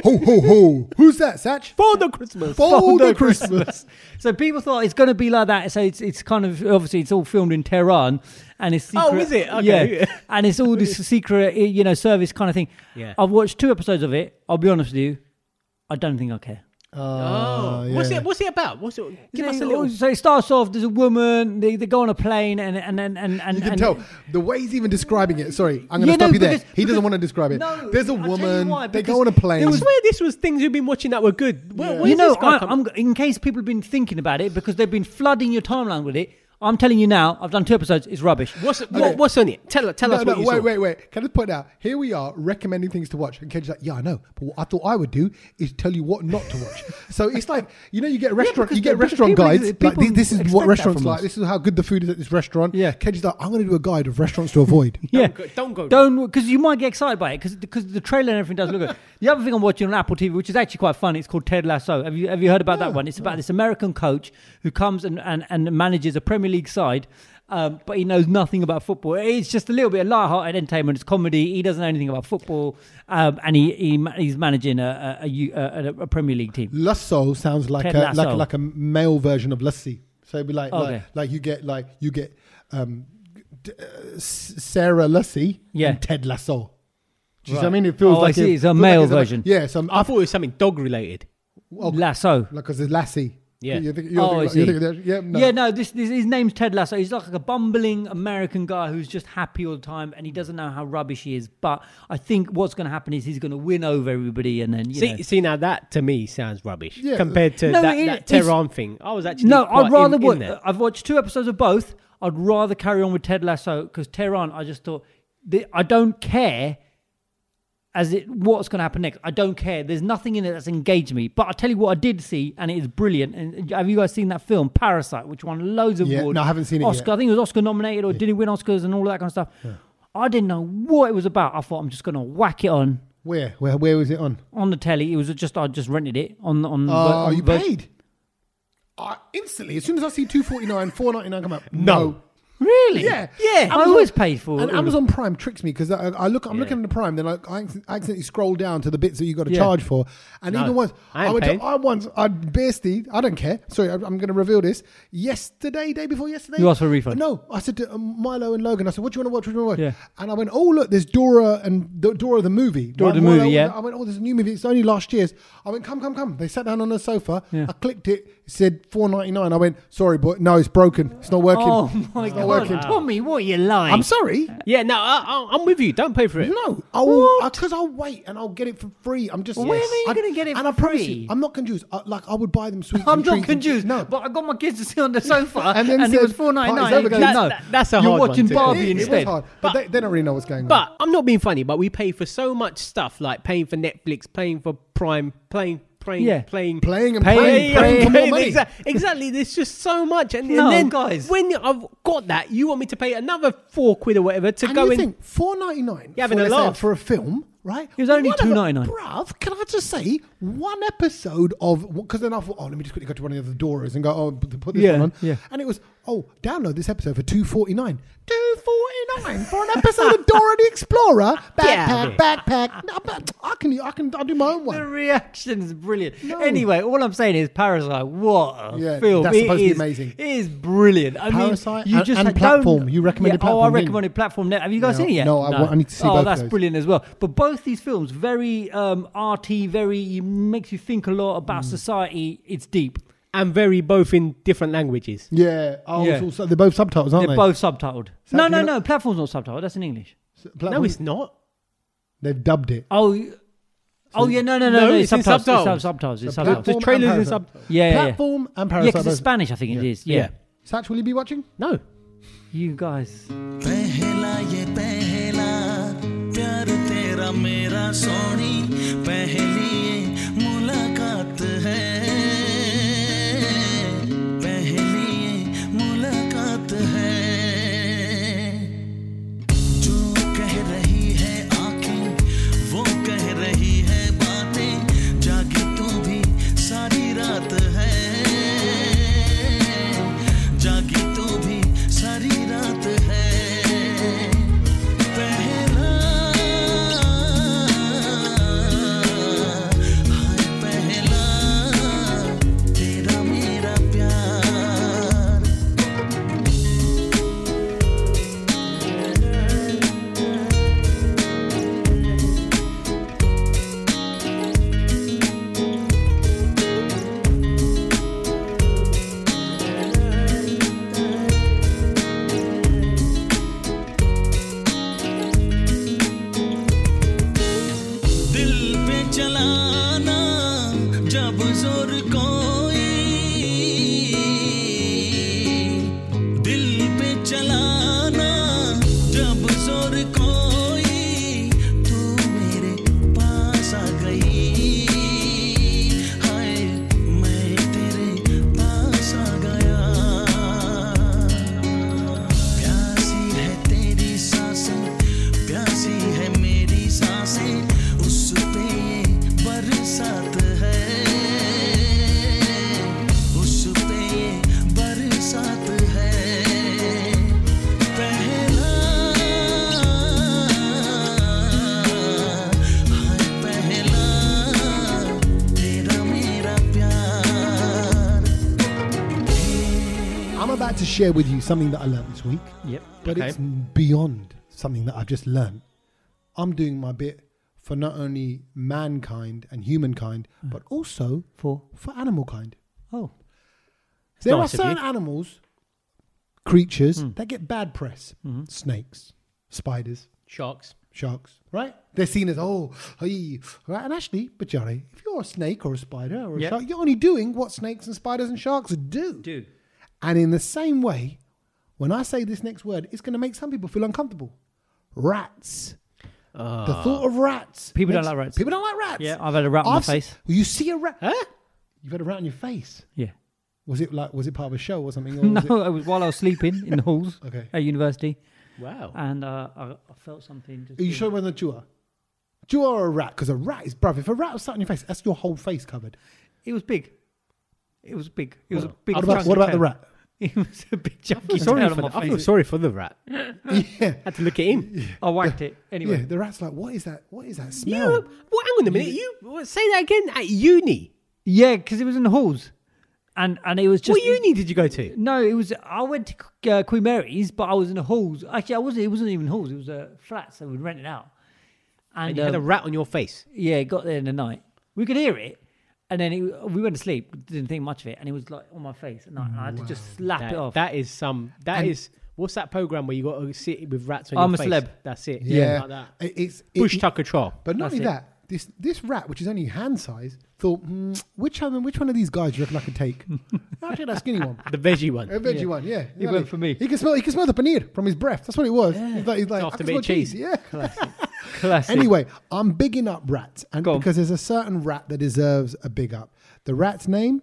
ho ho ho! Who's that, Satch?
Father Christmas.
Folder
Folder
Christmas.
So people thought it's going to be like that. So it's it's kind of obviously it's all filmed in Tehran, and it's secret,
Oh, is it? Okay.
Yeah, and it's all this secret eh, you know service kind of thing.
Yeah.
I've watched two episodes of it. I'll be honest with you, I don't think I care.
Ah,
Oh, what's it? What's it about? What's it? Give us a little.
So it starts off. There's a woman. They, they go on a plane, and and and and and
You can
and-
tell the way he's even describing it. Sorry, I'm going to
Yeah,
stop
no,
you there.
because-
he doesn't
because-
want to describe it.
No,
There's a
I'll tell you
woman.
why,
they
because
go on a plane.
I swear this was things we've been watching that were good. Where, where's
you know,
this guy
I,
come-
I'm, in case people have been thinking about it because they've been flooding your timeline with it, I'm telling you now. I've done two episodes. It's rubbish.
what's what, what's on it? Tell tell
No,
us
no,
what you
wait,
saw.
wait, wait. Can I just point out? Here we are recommending things to watch, and Kenji's like, "Yeah, I know." But what I thought I would do is tell you what not to watch. so it's like you know, you get restaurant,
because
you get
the- because
restaurant
people ex-
guides. Like,
people
this, this is what
expect that
restaurants
from
like.
us.
This is how good the food is at this restaurant.
Yeah.
Kenji's like, "I'm going to do a guide of restaurants to avoid."
yeah.
go- don't go there.
Don't because you might get excited by it because the trailer and everything does look good. the other thing I'm watching on Apple TV, which is actually quite fun, it's called Ted Lasso. Have you have you heard about that one? It's about this American coach who comes and, and, and manages a Premier League side. Um, but he knows nothing about football. It's just a little bit of light-hearted entertainment. It's comedy. He doesn't know anything about football, um, and he, he ma- he's managing a a, a, U- a, a- a Premier League team.
Lusso sounds like
Ted
a, like
Lasso.
like a male version of lassi. So it'd be like like,
Okay.
like you get like you get um, d- uh, S- Sarah Lussie
Yeah.
and Ted Lasso. Do you see
Right.
what I mean? It feels
Oh, I
like
see.
it-
It's a
feels
male
like
version.
yeah, so I'm,
I thought it was something dog related.
Lasso.
because it's lassie.
Yeah.
You think, you're thinking
Oh, I
like- you're
see.
thinking that- yeah, no.
Yeah, no, this, this his name's Ted Lasso. He's like a bumbling American guy who's just happy all the time, and he doesn't know how rubbish he is. But I think what's going to happen is he's going to win over everybody, and then you
See,
know.
see now that to me sounds rubbish
Yeah.
compared to
No,
that,
it-
that
it's-
Tehran thing. I was actually
no,
quite
I'd rather.
in,
wa-
in there.
I've watched two episodes of both. I'd rather carry on with Ted Lasso because Tehran. I just thought the, I don't care as it what's going to happen next. I don't care. There's nothing in it that's engaged me. But I will tell you what, I did see, and it is brilliant. And have you guys seen that film Parasite, which won loads of
Yeah,
awards?
no, I haven't seen it yet.
Oscar. I think it was Oscar nominated, or did it win Oscars and all that kind of stuff. I didn't know what it was about. I thought I'm just going to whack it on
Where where where was it on?
on the telly. It was just I just rented it on on.
Oh,
on
you
Virgin-
paid. I instantly, as soon as I see two forty nine, four ninety nine come up.
No.
Really?
Yeah,
Yeah. I always paid for
And
all of
Amazon Prime tricks me because I, I look, I'm
Yeah.
looking at the Prime, then I, I acc- accidentally scroll down to the bits that you got to
Yeah.
charge for. And
No,
even once,
I
I,
ain't
went to,
paying.
I once, I basically, I don't care. Sorry, I, am going to reveal this. Yesterday, day before yesterday,
You asked for a refund.
No, I said to uh, Milo and Logan, I said, "What do you want to watch? What do you want to watch?"
Yeah.
And I went, "Oh look, there's Dora and D- Dora the movie.
Dora the
While
movie,
I-
yeah.
I went, "Oh, there's a new movie. It's only last year's." I went, "Come, come, come." They sat down on the sofa.
Yeah.
I clicked it. It said 4.99. I went, "Sorry, but no, it's broken. It's not working."
Oh my
It's not
god,
working.
Tommy, what are you lying?
I'm sorry.
Uh,
Yeah, no, I, I, I'm with you. Don't pay for it.
No, I will because I'll wait and I'll get it for free. I'm just.
Where are you
I-
gonna get it
And
for
I promise
free?
you, I'm not confused. I, like I would buy them sweets.
I'm
and
not
treats and-
confused.
No,
but I got my kids to sit on the sofa,
And
and,
then
it
said,
was four ninety
"Party's over,
nine.
guys."
No,
That- that's a
You're
hard one
watching
to-
It-
Barbie
it was
instead.
hard, but, they, they don't really know what's going on.
But I'm not being funny, but we pay for so much stuff like paying for Netflix, paying for Prime, playing, playing,
Yeah.
playing,
Playing and
paying,
playing, playing for more money.
exa- exactly. There's just so much, and, and
No,
then
guys.
when I've got that, you want me to pay another four quid or whatever to
And
go
you
in.
think four ninety nine?
You're having a laugh.
for a film, right? It
was only $2.99.
Bruv, can I just say one episode of because then I thought, oh, let me just quickly go to one of the Doras and go, oh, put put this
Yeah,
one on.
yeah.
And it was, oh, download this episode for two forty nine. Two forty nine for an episode of Dora the Explorer. Backpack, backpack. No, but I can, I can, I do my own
The
one.
reaction is brilliant.
No.
Anyway, all I'm saying is Parasite. What a
Yeah,
film!
that's
It
supposed to be
is-
amazing.
It is brilliant. I
Parasite
mean, you
and-
just
and
had-
Platform.
don't-
You recommended
yeah, Oh, I
Platform, didn't you?
recommended platform. Net. Have you guys
No,
seen it yet?
no, I want- I need to see
Oh,
both
that's
those.
brilliant as well. But both these films, very um, RT, very makes you think a lot about society. It's deep.
and very both in different languages.
Yeah. Oh,
Yeah.
it's also, they're both subtitles, aren't
They're
they?
both subtitled.
that-
no,
you
no,
know-
no. Platform's not subtitled. That's in English.
No, it's not.
They've dubbed it.
Oh, y- oh yeah, no, no, no,
No,
no.
it's
It's,
in
subtitles. It's
subtitles.
sub- subtitles. It's
Platform
subtitles.
the
and
trailers and
Parasite.
sub-
Yeah, yeah, yeah.
Platform and
Yeah,
Parasite.
because it's
both.
Spanish. I think it is. Yeah.
Satch, will you be watching?
No.
You guys.
पहला ये पहला प्यार तेरा मेरा सोनी पहली ये मुलाकात है पहली ये मुलाकात है जो कह रही है आंखें वो कह रही है बातें जागी तू भी सारी रात है जागी तू भी सारी रात है पहला हाय पहला तेरा मेरा प्यार दिल पे चलाना जब जोर कोई दिल पे चलाना जब जोर कोई तू मेरे पास आ गई हाय मैं तेरे पास आ गया प्यासी है तेरी सांसें प्यासी है मेरी सांसें उस पे ये बरसात है उस पे ये बरसात है पहला हाय पहला तेरा मेरा प्यार
I'm about to share with you something that I learnt this week,
Yep.
but it's beyond something that I've just learnt. I'm doing my bit for not only mankind and humankind,
Mm.
but also
For
for animal kind.
oh.
there are
nice of you. Mm.
certain animals, creatures, that get bad press.
Mm-hmm.
Snakes, spiders,
Sharks.
sharks, right? They're seen as, oh, hey. Right? And actually, Bajari, if you're a snake or a spider or a
Yeah.
shark, you're only doing what snakes and spiders and sharks do.
Dude.
And in the same way, when I say this next word, it's going to make some people feel uncomfortable. Rats. the thought of rats.
Ah. People don't
makes-
like rats.
People don't like rats.
Yeah, I've had a rat on my
I've se-
face.
you see a rat? Huh? You've had a rat on your face.
Yeah.
Was it like? Was it part of a show or something? Or
No,
was it-
it was while I was sleeping in the halls
Okay.
at university,
Wow.
and uh, I, I felt something. Just
Are you sure it wasn't a Jua? Jua or a rat? Because a rat is, bruv, if a rat was sat on your face, that's your whole face covered.
It was big. It was big. It was a big.
What about,
chunky
what about the
tail.
rat?
He was a big chunky
Sorry
tail
for
on
the,
my
I feel
face.
sorry for the rat.
yeah.
Had to look it in.
I whacked it anyway.
Yeah, the rat's like, what is that? What is that
You,
smell?
well, hang on a minute. You what, say that again at uni.
Yeah, because it was in the halls, and and it was just
what uni did you go to?
No, it was. I went to uh, Queen Mary's, but I was in the halls. Actually, I wasn't. It wasn't even halls. It was uh, flats that we rented out. And,
And you had a
um,
rat on your face.
yeah, it got there in the night. We could hear it, and then it, we went to sleep. Didn't think much of it, and it was like on my face, and I, and I had to just slap
That-
it off.
that is some. That is
And-
what's that program where you got to sit with rats on
I'm
your
a
face?
celeb.
That's it.
yeah.
like that.
It- It's it-
Bush Tucker Troll.
But not
That's
only
it.
that, this this rat, which is only hand size, thought, hmm, which one which one of these guys do you reckon I could take? I'll take that skinny one.
The veggie one.
A veggie one, yeah. He
went for me.
He can smell he can smell the paneer from his breath. That's what it was. He's like, he's like I
After
can smell
made cheese.
Yeah.
Classic.
anyway, I'm bigging up rats and
Go on.
because there's a certain rat that deserves a big up. The rat's name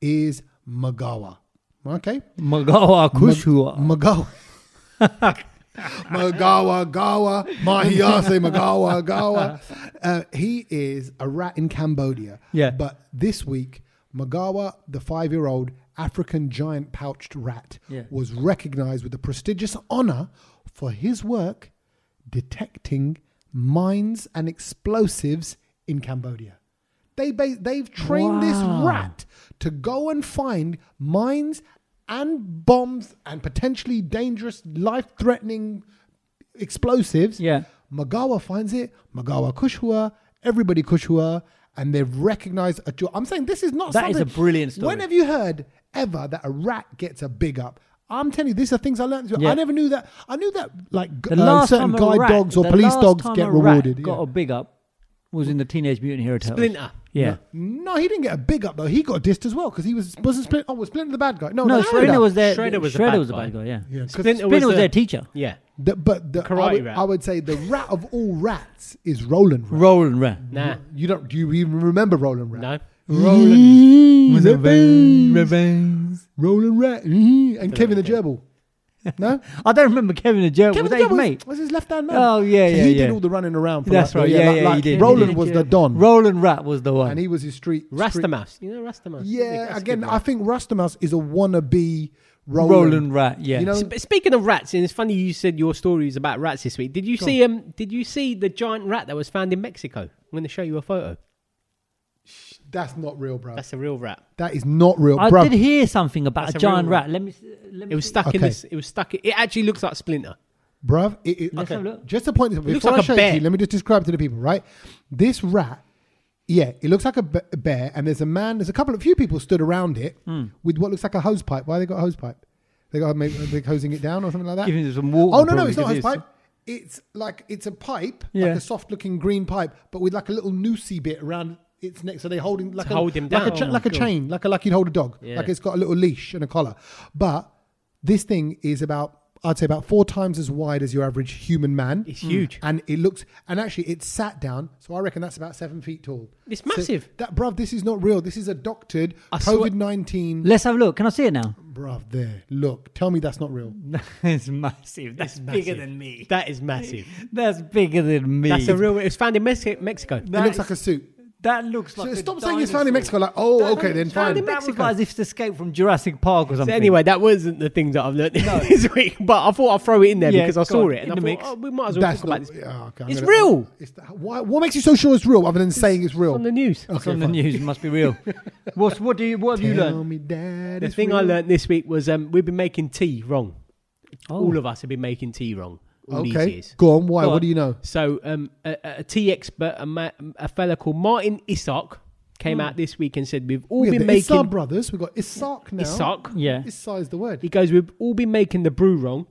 is Magawa. Okay?
Magawa Kushua.
Mag- Magawa. Magawa Gawa Mahiyase Magawa Gawa. Uh, he is a rat in Cambodia.
Yeah.
But this week, Magawa, the five-year-old African giant pouched rat,
Yeah.
was recognized with the prestigious honor for his work detecting mines and explosives in Cambodia. They ba- they've trained this
Wow.
rat to go and find mines and bombs and potentially dangerous, life-threatening explosives.
Yeah.
Magawa finds it. Magawa Kushua. Everybody Kushua. And they've recognized a jo- I'm saying this is not
That is
something-
a brilliant story.
When have you heard ever that a rat gets a big up? I'm telling you, these are things I learned. this week. I
Yeah.
never knew that. I knew that like
the
uh,
last
certain
time a
guide
rat-
dogs or
the
police
last
dogs
time
get
a rat
rewarded.
Got
yeah.
a big up. Was in the Teenage Mutant Hero Turtles.
Splinter. Oh,
Yeah.
No, he didn't get a big up though. He got dissed as well because he was wasn't Splinter. Oh, was Splinter the bad guy? No,
No,
no
Splinter was there.
Shredder was a
Shredder
bad
was a
guy.
bad guy. Yeah.
Yeah, 'cause
Splinter
Splinter was
the-
their teacher.
Yeah.
the- but the,
Karate
I, would,
rat.
I would say the rat of all rats is Roland. Rat.
Roland Rat.
Nah.
You don't? Do you even remember Roland Rat?
No.
Roland was Roland Rat mhm, and Kevin the Gerbil. No,
I don't remember Kevin the Gerbil.
Kevin
Oh, Was
the
that his
Gerbil
mate?
was- was his left hand man.
Oh, yeah,
So
yeah,
He
yeah.
did all the running around. For
That's
that,
right.
though.
Yeah, yeah,
like-
he
like
did.
Roland
He
was
did.
the don,
Roland Rat was the one.
and he was his street. street-
Rastamouse. You know Rastamouse?
Yeah,
That's a
again,
good
I
one.
think Rustamouse is a wannabe Roland.
Roland Rat. Yeah.
You know,
Sp- Speaking of rats, and it's funny you said your stories about rats this week. Did you see um? Did you see the giant rat that was found in Mexico? I'm going to show you a photo.
that's not real, bro.
That's a real rat.
That is not real,
I
bro.
did hear something about
That's
a
a
giant
real one.
rat. Let me. s- Let me
It was
see.
stuck in
Okay.
this. It was stuck. In, it actually looks like Splinter.
Bruv, it, it,
Let's
okay.
have a look.
just to point this out,
It looks
before
like
I
a
show it to
bear.
you, let me just describe it to the people, right? This rat, yeah, it looks like a be- a bear, and there's a man, there's a couple of few people stood around it
Hmm.
with what looks like a hose pipe. Why they got a hose pipe? They got maybe are they hosing it down or something like that.
Giving it some water,
Oh no, no,
probably,
it's not a hose
because
pipe. It's like it's a pipe,
Yeah.
like a soft-looking green pipe, but with like a little noosey bit around its neck, so they're holding like
To
a
hold him
like a,
down.
cha-
Oh my
like a
God.
chain, like a like you'd hold a dog,
Yeah.
like it's got a little leash and a collar, but. This thing is about, I'd say, about four times as wide as your average human man.
It's huge.
And it looks, and actually, it's sat down. So I reckon that's about seven feet tall.
It's
So
massive.
that bruv, this is not real. This is a doctored
I swear-
COVID nineteen.
Let's have a look. Can I see it now?
bruv, there. Look, tell me that's not real.
it's massive. That's bigger
massive.
than me.
That is massive.
That's bigger than me.
That's a real. It was found in Mexi- Mexico.
it
That
looks
is-
like a suit.
That looks like.
So
a
stop saying it's found
dinosaur.
in Mexico. Like, oh,
That
okay,
looks
then
found
fine.
in Mexico. That
Mexico.
was like as if it's escaped from Jurassic Park or
So
something.
anyway, that wasn't the things that I've learned this week. But I thought I'd throw it in there
Yeah,
because I
go
saw
on,
it and
in
I
the
thought
mix.
oh, we might as well
That's
talk about
not.
this.
yeah, okay, I'm
It's
gonna-
real.
It's the, why, what makes you so sure it's real other than saying it's real?
on the news.
it's on the news. It must be real. What's what do you what have you
Tell
learned?
me that
The
it's
thing I
real.
learned this week was um, we've been making tea wrong.
Oh.
All of us have been making tea wrong all these
Okay,
years.
go on. Why?
Go
What
on.
do you know?
So, um, a, a a tea expert, a, ma- a fella called Martin Isak, came
Hmm.
out this week and said we've all
We have
been
the Issa
making
brothers. We've got Isak now.
Isak.
Yeah.
Issa is the word.
He goes, we've all been making the brew wrong.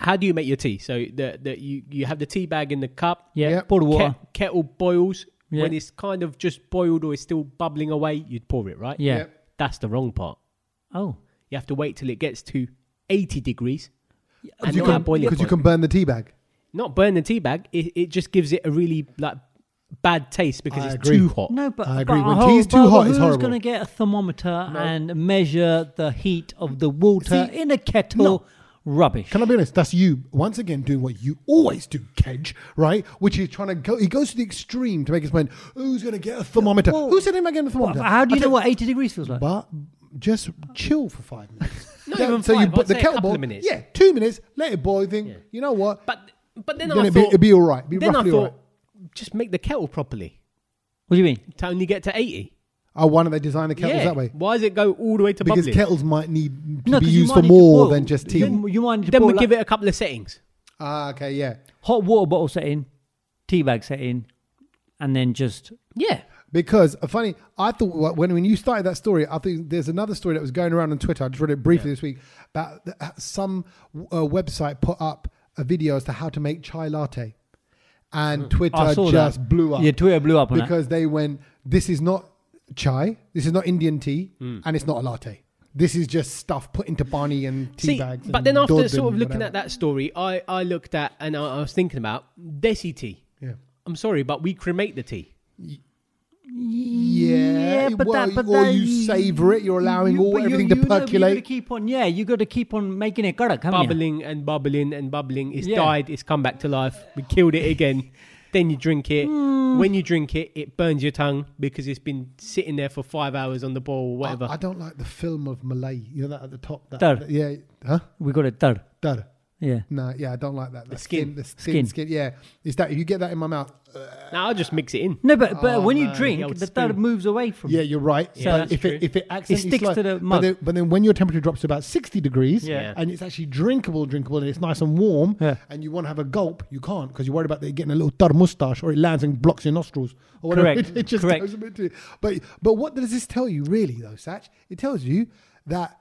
How do you make your tea? So the, the you you have the tea bag in the cup.
Yeah.
Yeah.
Pour the
Ke-
water.
kettle boils.
Yeah.
When it's kind of just boiled or it's still bubbling away, you'd pour it right.
Yeah.
Yep.
That's the wrong part.
Oh.
You have to wait till it gets to eighty degrees. And
you
not
can,
at boiling
because you can
point.
burn the tea bag.
not burn the tea bag. It, it just gives it a really like bad taste because
I
it's
agree.
too hot.
No, but
I agree.
But
When
a
tea's
whole-
too
but
hot, it's
who's
horrible.
going to get a thermometer and measure the heat of the water
See,
in a kettle?
no.
Rubbish.
Can I be honest? That's you once again doing what you always do, Kedge, right? Which is trying to go. He goes to the extreme to make his point. Who's going to get a thermometer?
Well,
Who said him again a
But
thermometer?
how do you
I
know
tell-
what 80 degrees feels like?
But just chill for five minutes.
Not
Then-
even
so you
five,
put
I'd
the
say a
kettle
couple
ball.
of minutes.
Yeah, two minutes. Let it boil. You think you know what?
But but then,
Then
I
it'd be-
thought
it'd be all right, be
then I
roughly
thought
all
just make the kettle properly.
What do you mean?
To only get to eighty.
oh, why don't they design the kettles
yeah.
that way?
Why does it go all the way to
Because
bubbly?
kettles might need to
No,
be
'cause you
used
might
for
need to
more
boil.
than just tea.
You, you might need to
then
boil
we
like
give it a couple of settings.
Ah, okay, yeah.
hot water bottle setting, tea bag setting, and then just
Yeah.
Because uh, funny, I thought wh- when when you started that story, I think there's another story that was going around on Twitter. I just read it briefly this week about th- uh, some uh, website put up a video as to how to make chai latte, and Twitter
Mm. I saw
just
that.
blew up.
Yeah, Twitter blew up on that.
because they went, "This is not chai. This is not Indian tea,
Mm.
and it's not a latte. This is just stuff put into Barney and tea
See,
bags."
but
and
then after
dodd
sort of
and
looking
whatever."
at that story, I, I looked at and I, I was thinking about desi tea.
yeah,
I'm sorry, but we cremate the tea.
yeah,
but
well,
that- but
or
that-
you savor it. You're allowing
You-
all
but you-
everything
you
to
know, but You
percolate.
got to keep on, yeah. You got to keep on making it kadak, haven't you?
Bubbling and bubbling and bubbling. It's
Yeah.
died. It's come back to life. We killed it again. then you drink it. When you drink it, it burns your tongue because it's been sitting there for five hours on the ball or whatever.
I, I don't like the film of Malay. You know that at the top. That,
Dar.
that- yeah. Huh?
We got it done.
Dar.
Yeah.
No. Yeah, I don't like that. The
skin.
The skin.
Skin.
Skin. Yeah. It's that if you get that in my mouth.
now I'll just mix it in.
No, but but when you
no, the
drink,
old
the dud
spoon.
moves away from.
Oh, Yeah,
it.
you're right.
Yeah,
but
that's
if it
true.
if it accidentally
sticks to
slides-
the
But
mug.
then, but then when your temperature drops to about sixty degrees,
Yeah.
and it's actually drinkable, drinkable, and it's nice and warm,
Yeah.
and you want to have a gulp, you can't because you're worried about it getting a little tar mustache or it lands and blocks your nostrils or whatever.
Correct.
It, it just
Correct.
goes a bit too. But but what does this tell you really though, Satch? It tells you that.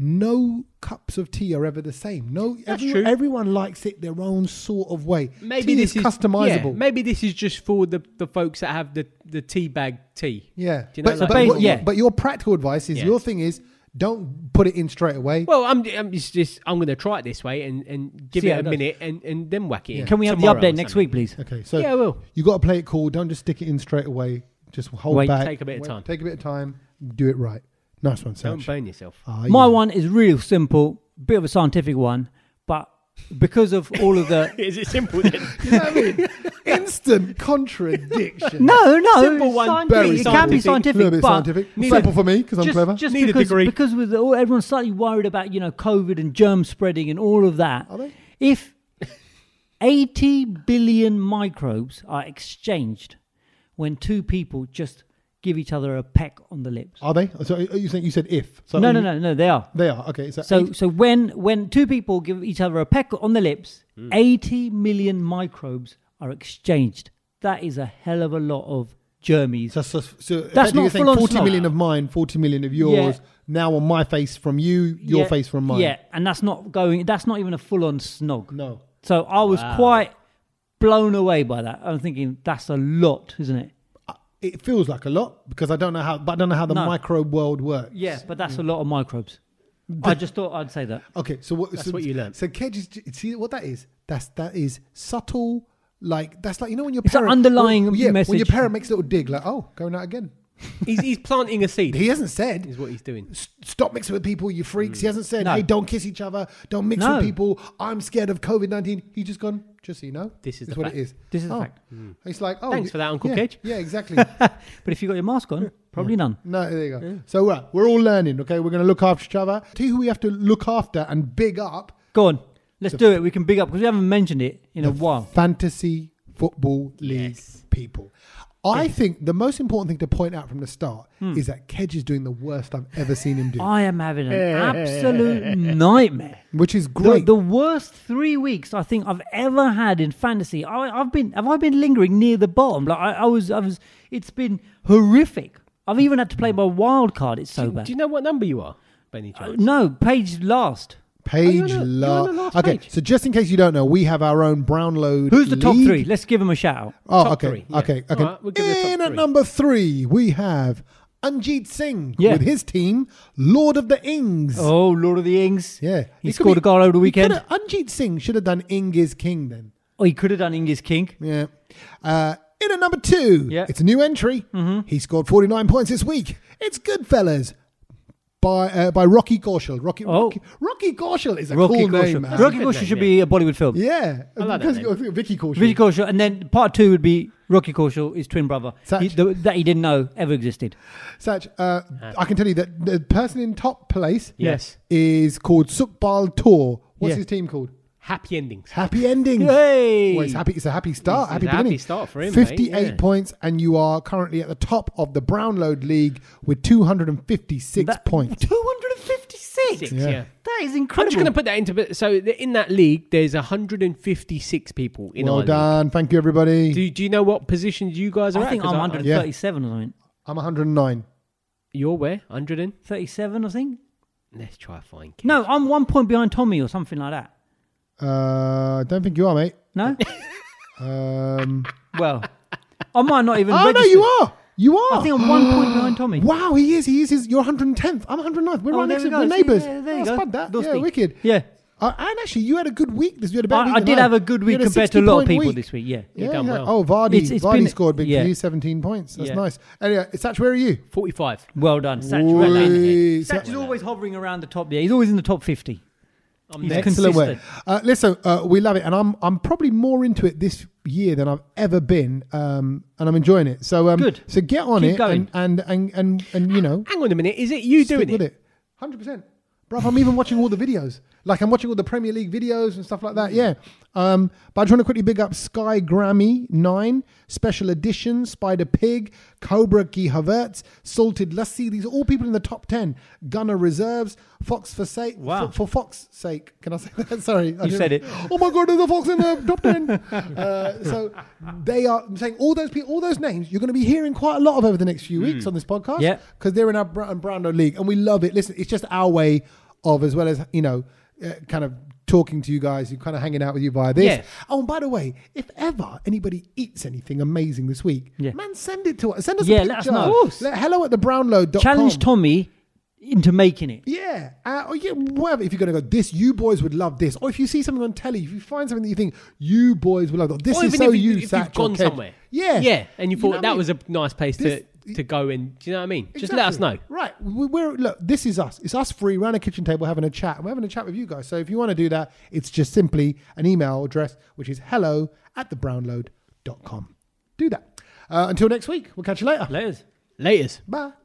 No cups of tea are ever the same. No, everyone,
true.
everyone likes it their own sort of way.
Maybe
tea
this is
customizable.
yeah, maybe this is just for the, the folks that have the, the tea bag tea.
Yeah.
Do you know,
but,
like-
but,
So basi-
what-
yeah.
but your practical advice is
Yeah.
your thing is don't put it in straight away.
Well, I'm, I'm just, just I'm going to try it this way and, and give
See
it
how
a
it does.
minute and, and then whack it. in.
Can we have
Tomorrow
the
or
update next week,
something.
please?
okay, so
Yeah, I will.
you got to play it cool. Don't just stick it in straight away. Just hold
Wait.
back.
Take a bit of time.
Take a bit of time. Do it right. Nice one,
Don't
Sash.
burn yourself.
Ah,
My
yeah.
one is real simple, bit of a scientific one, but because of all of the
Is it simple then?
You know what I mean? Instant contradiction.
no, no,
Simple one,
scientific.
very
it can be
scientific.
A
scientific,
little bit
but
scientific.
but
Simple for me because I'm
just,
clever.
Just
Need a
because,
degree.
because with all, everyone's slightly worried about you know COVID and germ spreading and all of that.
Are they?
If 80 billion microbes are exchanged when two people just give each other a peck on the lips.
Are they? So are you saying you said if? So
No,
you-
no, no, no, they are.
They are okay. So,
So,
eight-
so when when two people give each other a peck on the lips, 80 million microbes are exchanged. That is a hell of a lot of germies.
so, so, so effectively
not
you're saying
full on
40
snow.
million of mine, 40 million of yours. Now on my face from you, your
Yeah,
face from mine.
Yeah, and that's not going. That's not even a full-on snog.
No.
So I was quite blown away by that. I'm thinking that's a lot, isn't it?
it feels like a lot because I don't know how, but I don't know how the
No.
microbe world works.
Yeah, but that's a lot of microbes. I just thought I'd say that.
Okay, so what, so,
what you learn.
So Kedge is see what that is. That's that is subtle. Like that's like you know when your
It's an
parent
underlying
well, yeah, when your
message.
parent makes a little dig like oh going out again.
he's, he's planting a seed.
He hasn't said
Is what Mm. he's doing.
"S- stop mixing with people, you freaks. He hasn't said
No.
hey don't kiss each other, don't mix
No.
with people. I'm scared of COVID nineteen. He's just gone. Just so you know,
This is
it's
the
what
fact.
it is.
This is a
oh.
fact.
It's like oh
Thanks for that, Uncle
yeah,
Kedge.
Yeah, exactly.
But if you got your mask on, probably none.
No, there you go. So we're, we're all learning, okay? We're going to look after each other. See who we have to look after and big up
Go on, let's do it. We can big up because we haven't mentioned it in a while.
fantasy football league people. I think the most important thing to point out from the start
Hmm.
is that Kedge is doing the worst I've ever seen him do,
I am having an absolute nightmare.
which is
The,
great.
the worst three weeks I think I've ever had in fantasy. I, I've been have I been lingering near the bottom? Like I, I was, I was. It's been horrific. I've even had to play my wild card. It's so bad. Uh,
Do you know what number you are, by any chance?
no, page last.
page
you're on the-
la-
you're on the last
Okay,
page.
so just in case you don't know, we have our own Brownlow.
Who's the top
league.
three? Let's give them a shout out.
Oh,
Top
okay,
three, yeah.
okay, okay.
All right, we'll give you the top
in at
three.
number three, we have Anjit Singh
Yeah.
with his team, Lord of the Ings.
Oh, Lord of the Ings.
Yeah,
He
It could
scored
be-
a goal over the
he coulda-
weekend.
Anjit Singh should have done Ing is King then.
Oh, he could have done Ings King.
Yeah. Uh, in at number two,
Yeah. Mm-hmm.
it's a new entry. He scored 49 points this week. It's Goodfellas. by uh, by Rocky Kaushal. Rocky,
Oh.
Rocky Rocky Kaushal is a
Rocky
cool
Kaushal.
name, man.
Rocky
Good
Kaushal
name,
should be a Bollywood film.
yeah,
I like that
Because
name.
you got Vicky Kaushal.
Vicky Kaushal, and then part two would be Rocky Kaushal, his twin brother,
Sach.
He- the- that he didn't know ever existed.
Sach, uh, I can tell you that the person in top place
Yes.
is called Sukbal Tour. What's
Yeah.
his team called?
Happy endings.
Happy endings.
Yay!
Well, it's happy. It's a happy start.
It's-
happy
it's a happy
beginning.
start for him, mate,
Fifty-eight
yeah.
points, and you are currently at the top of the Brownload League with two hundred and fifty-six
That-
points.
256?
Six,
Yeah.
yeah.
That is
I'm just
incredible.
going to put that into bit. So th- in that league, there's 156 people in
Well
our league.
done. Thank you, everybody.
Do, do you know what positions you guys are
I
at?
think
'Cause
I'm
I- I-
137 or something.
I'm one hundred and nine.
You're where? 100 and?
37 or something?
Let's try and find. Kev.
No, I'm one point behind Tommy or something like that.
Uh, don't think you are, mate.
No?
Um,
well, I might not even
oh no,
register.
you are. You are.
I think I'm one point behind Tommy.
Wow, he is. He is. His, you're 110th. I'm 109th. We're
Oh,
right
there
next to
we go.
we're
See,
neighbours.
yeah, there you
That's
go.
bad, that.
Those
yeah,
things.
wicked.
Yeah.
Uh, and actually, you had a good week. This you had a better
I,
week
I
than
did have a good
You
week
had a
compared to a lot of
60-point
people
week.
this week. Yeah.
Yeah,
done
yeah.
well.
Oh, Vardy.
It's- it's
Vardy
been-
scored big
yeah.
for you, 17 points. That's
Yeah.
nice. Anyway, Satch, where are you?
45.
Well done. Satch,
Wee.
well done. Satch
Satch-
is always hovering around the top there. He's always in the top 50.
I'm
He's
next.
Excellent work.
consistent.
Uh, listen, uh, we love it, and I'm I'm probably more into it this year than I've ever been, um, and I'm enjoying it. So um,
Good.
So get on
Keep
it,
going.
And, and and and and you know,
Hang on a minute. Is it you
stick
doing
with
it?
it. Hundred percent, bruv. I'm even watching all the videos. Like I'm watching all the Premier League videos and stuff like that. Yeah. Um, but I just want to quickly big up Sky Grammy Nine Special Edition, Spider Pig, Cobra Guy Havertz, Salted Lassie. These are all people in the top ten. Gunner Reserves, Fox for sake.
Wow.
For, for Fox's sake, can I say that? Sorry, I
You
didn't-
said it.
Oh my God, there's a fox in the top ten. Uh, so they are I'm saying all those people, all those names. You're going to be hearing quite a lot of over the next few weeks on this podcast
Hmm. Yeah.
because they're in our Bra- Brando league, and we love it. Listen, it's just our way of, as well as you know, uh, kind of talking to you guys, you kind of hanging out with you via this.
Yeah.
Oh, and by the way, if ever anybody eats anything amazing this week,
Yeah.
man, send it to us. Send us a
Yeah,
picture.
let us know. Of course.
Let- hello at the brownlow.com.
Challenge Tommy into making it.
Yeah, uh, or yeah, whatever. If you're gonna go, this you boys would love this, or if you see something on telly, if you find something that you think you boys would love, this
Or
is
even
so
if, you,
you.
if
Satch
you've
or
gone
Kev.
somewhere.
yeah,
Yeah. And you
know
thought
what I
that
mean?
was a nice place
This-
to, to go and, do you know what I mean? Just let us
Exactly.
know.
Right. We- We're look. This is us. It's us free around a kitchen table having a chat. We're having a chat with you guys. So if you want to do that, it's just simply an email address, which is hello at thebrownload.com. Do that. Uh, until next week. We'll catch you later.
Layers.
Laters.
Bye.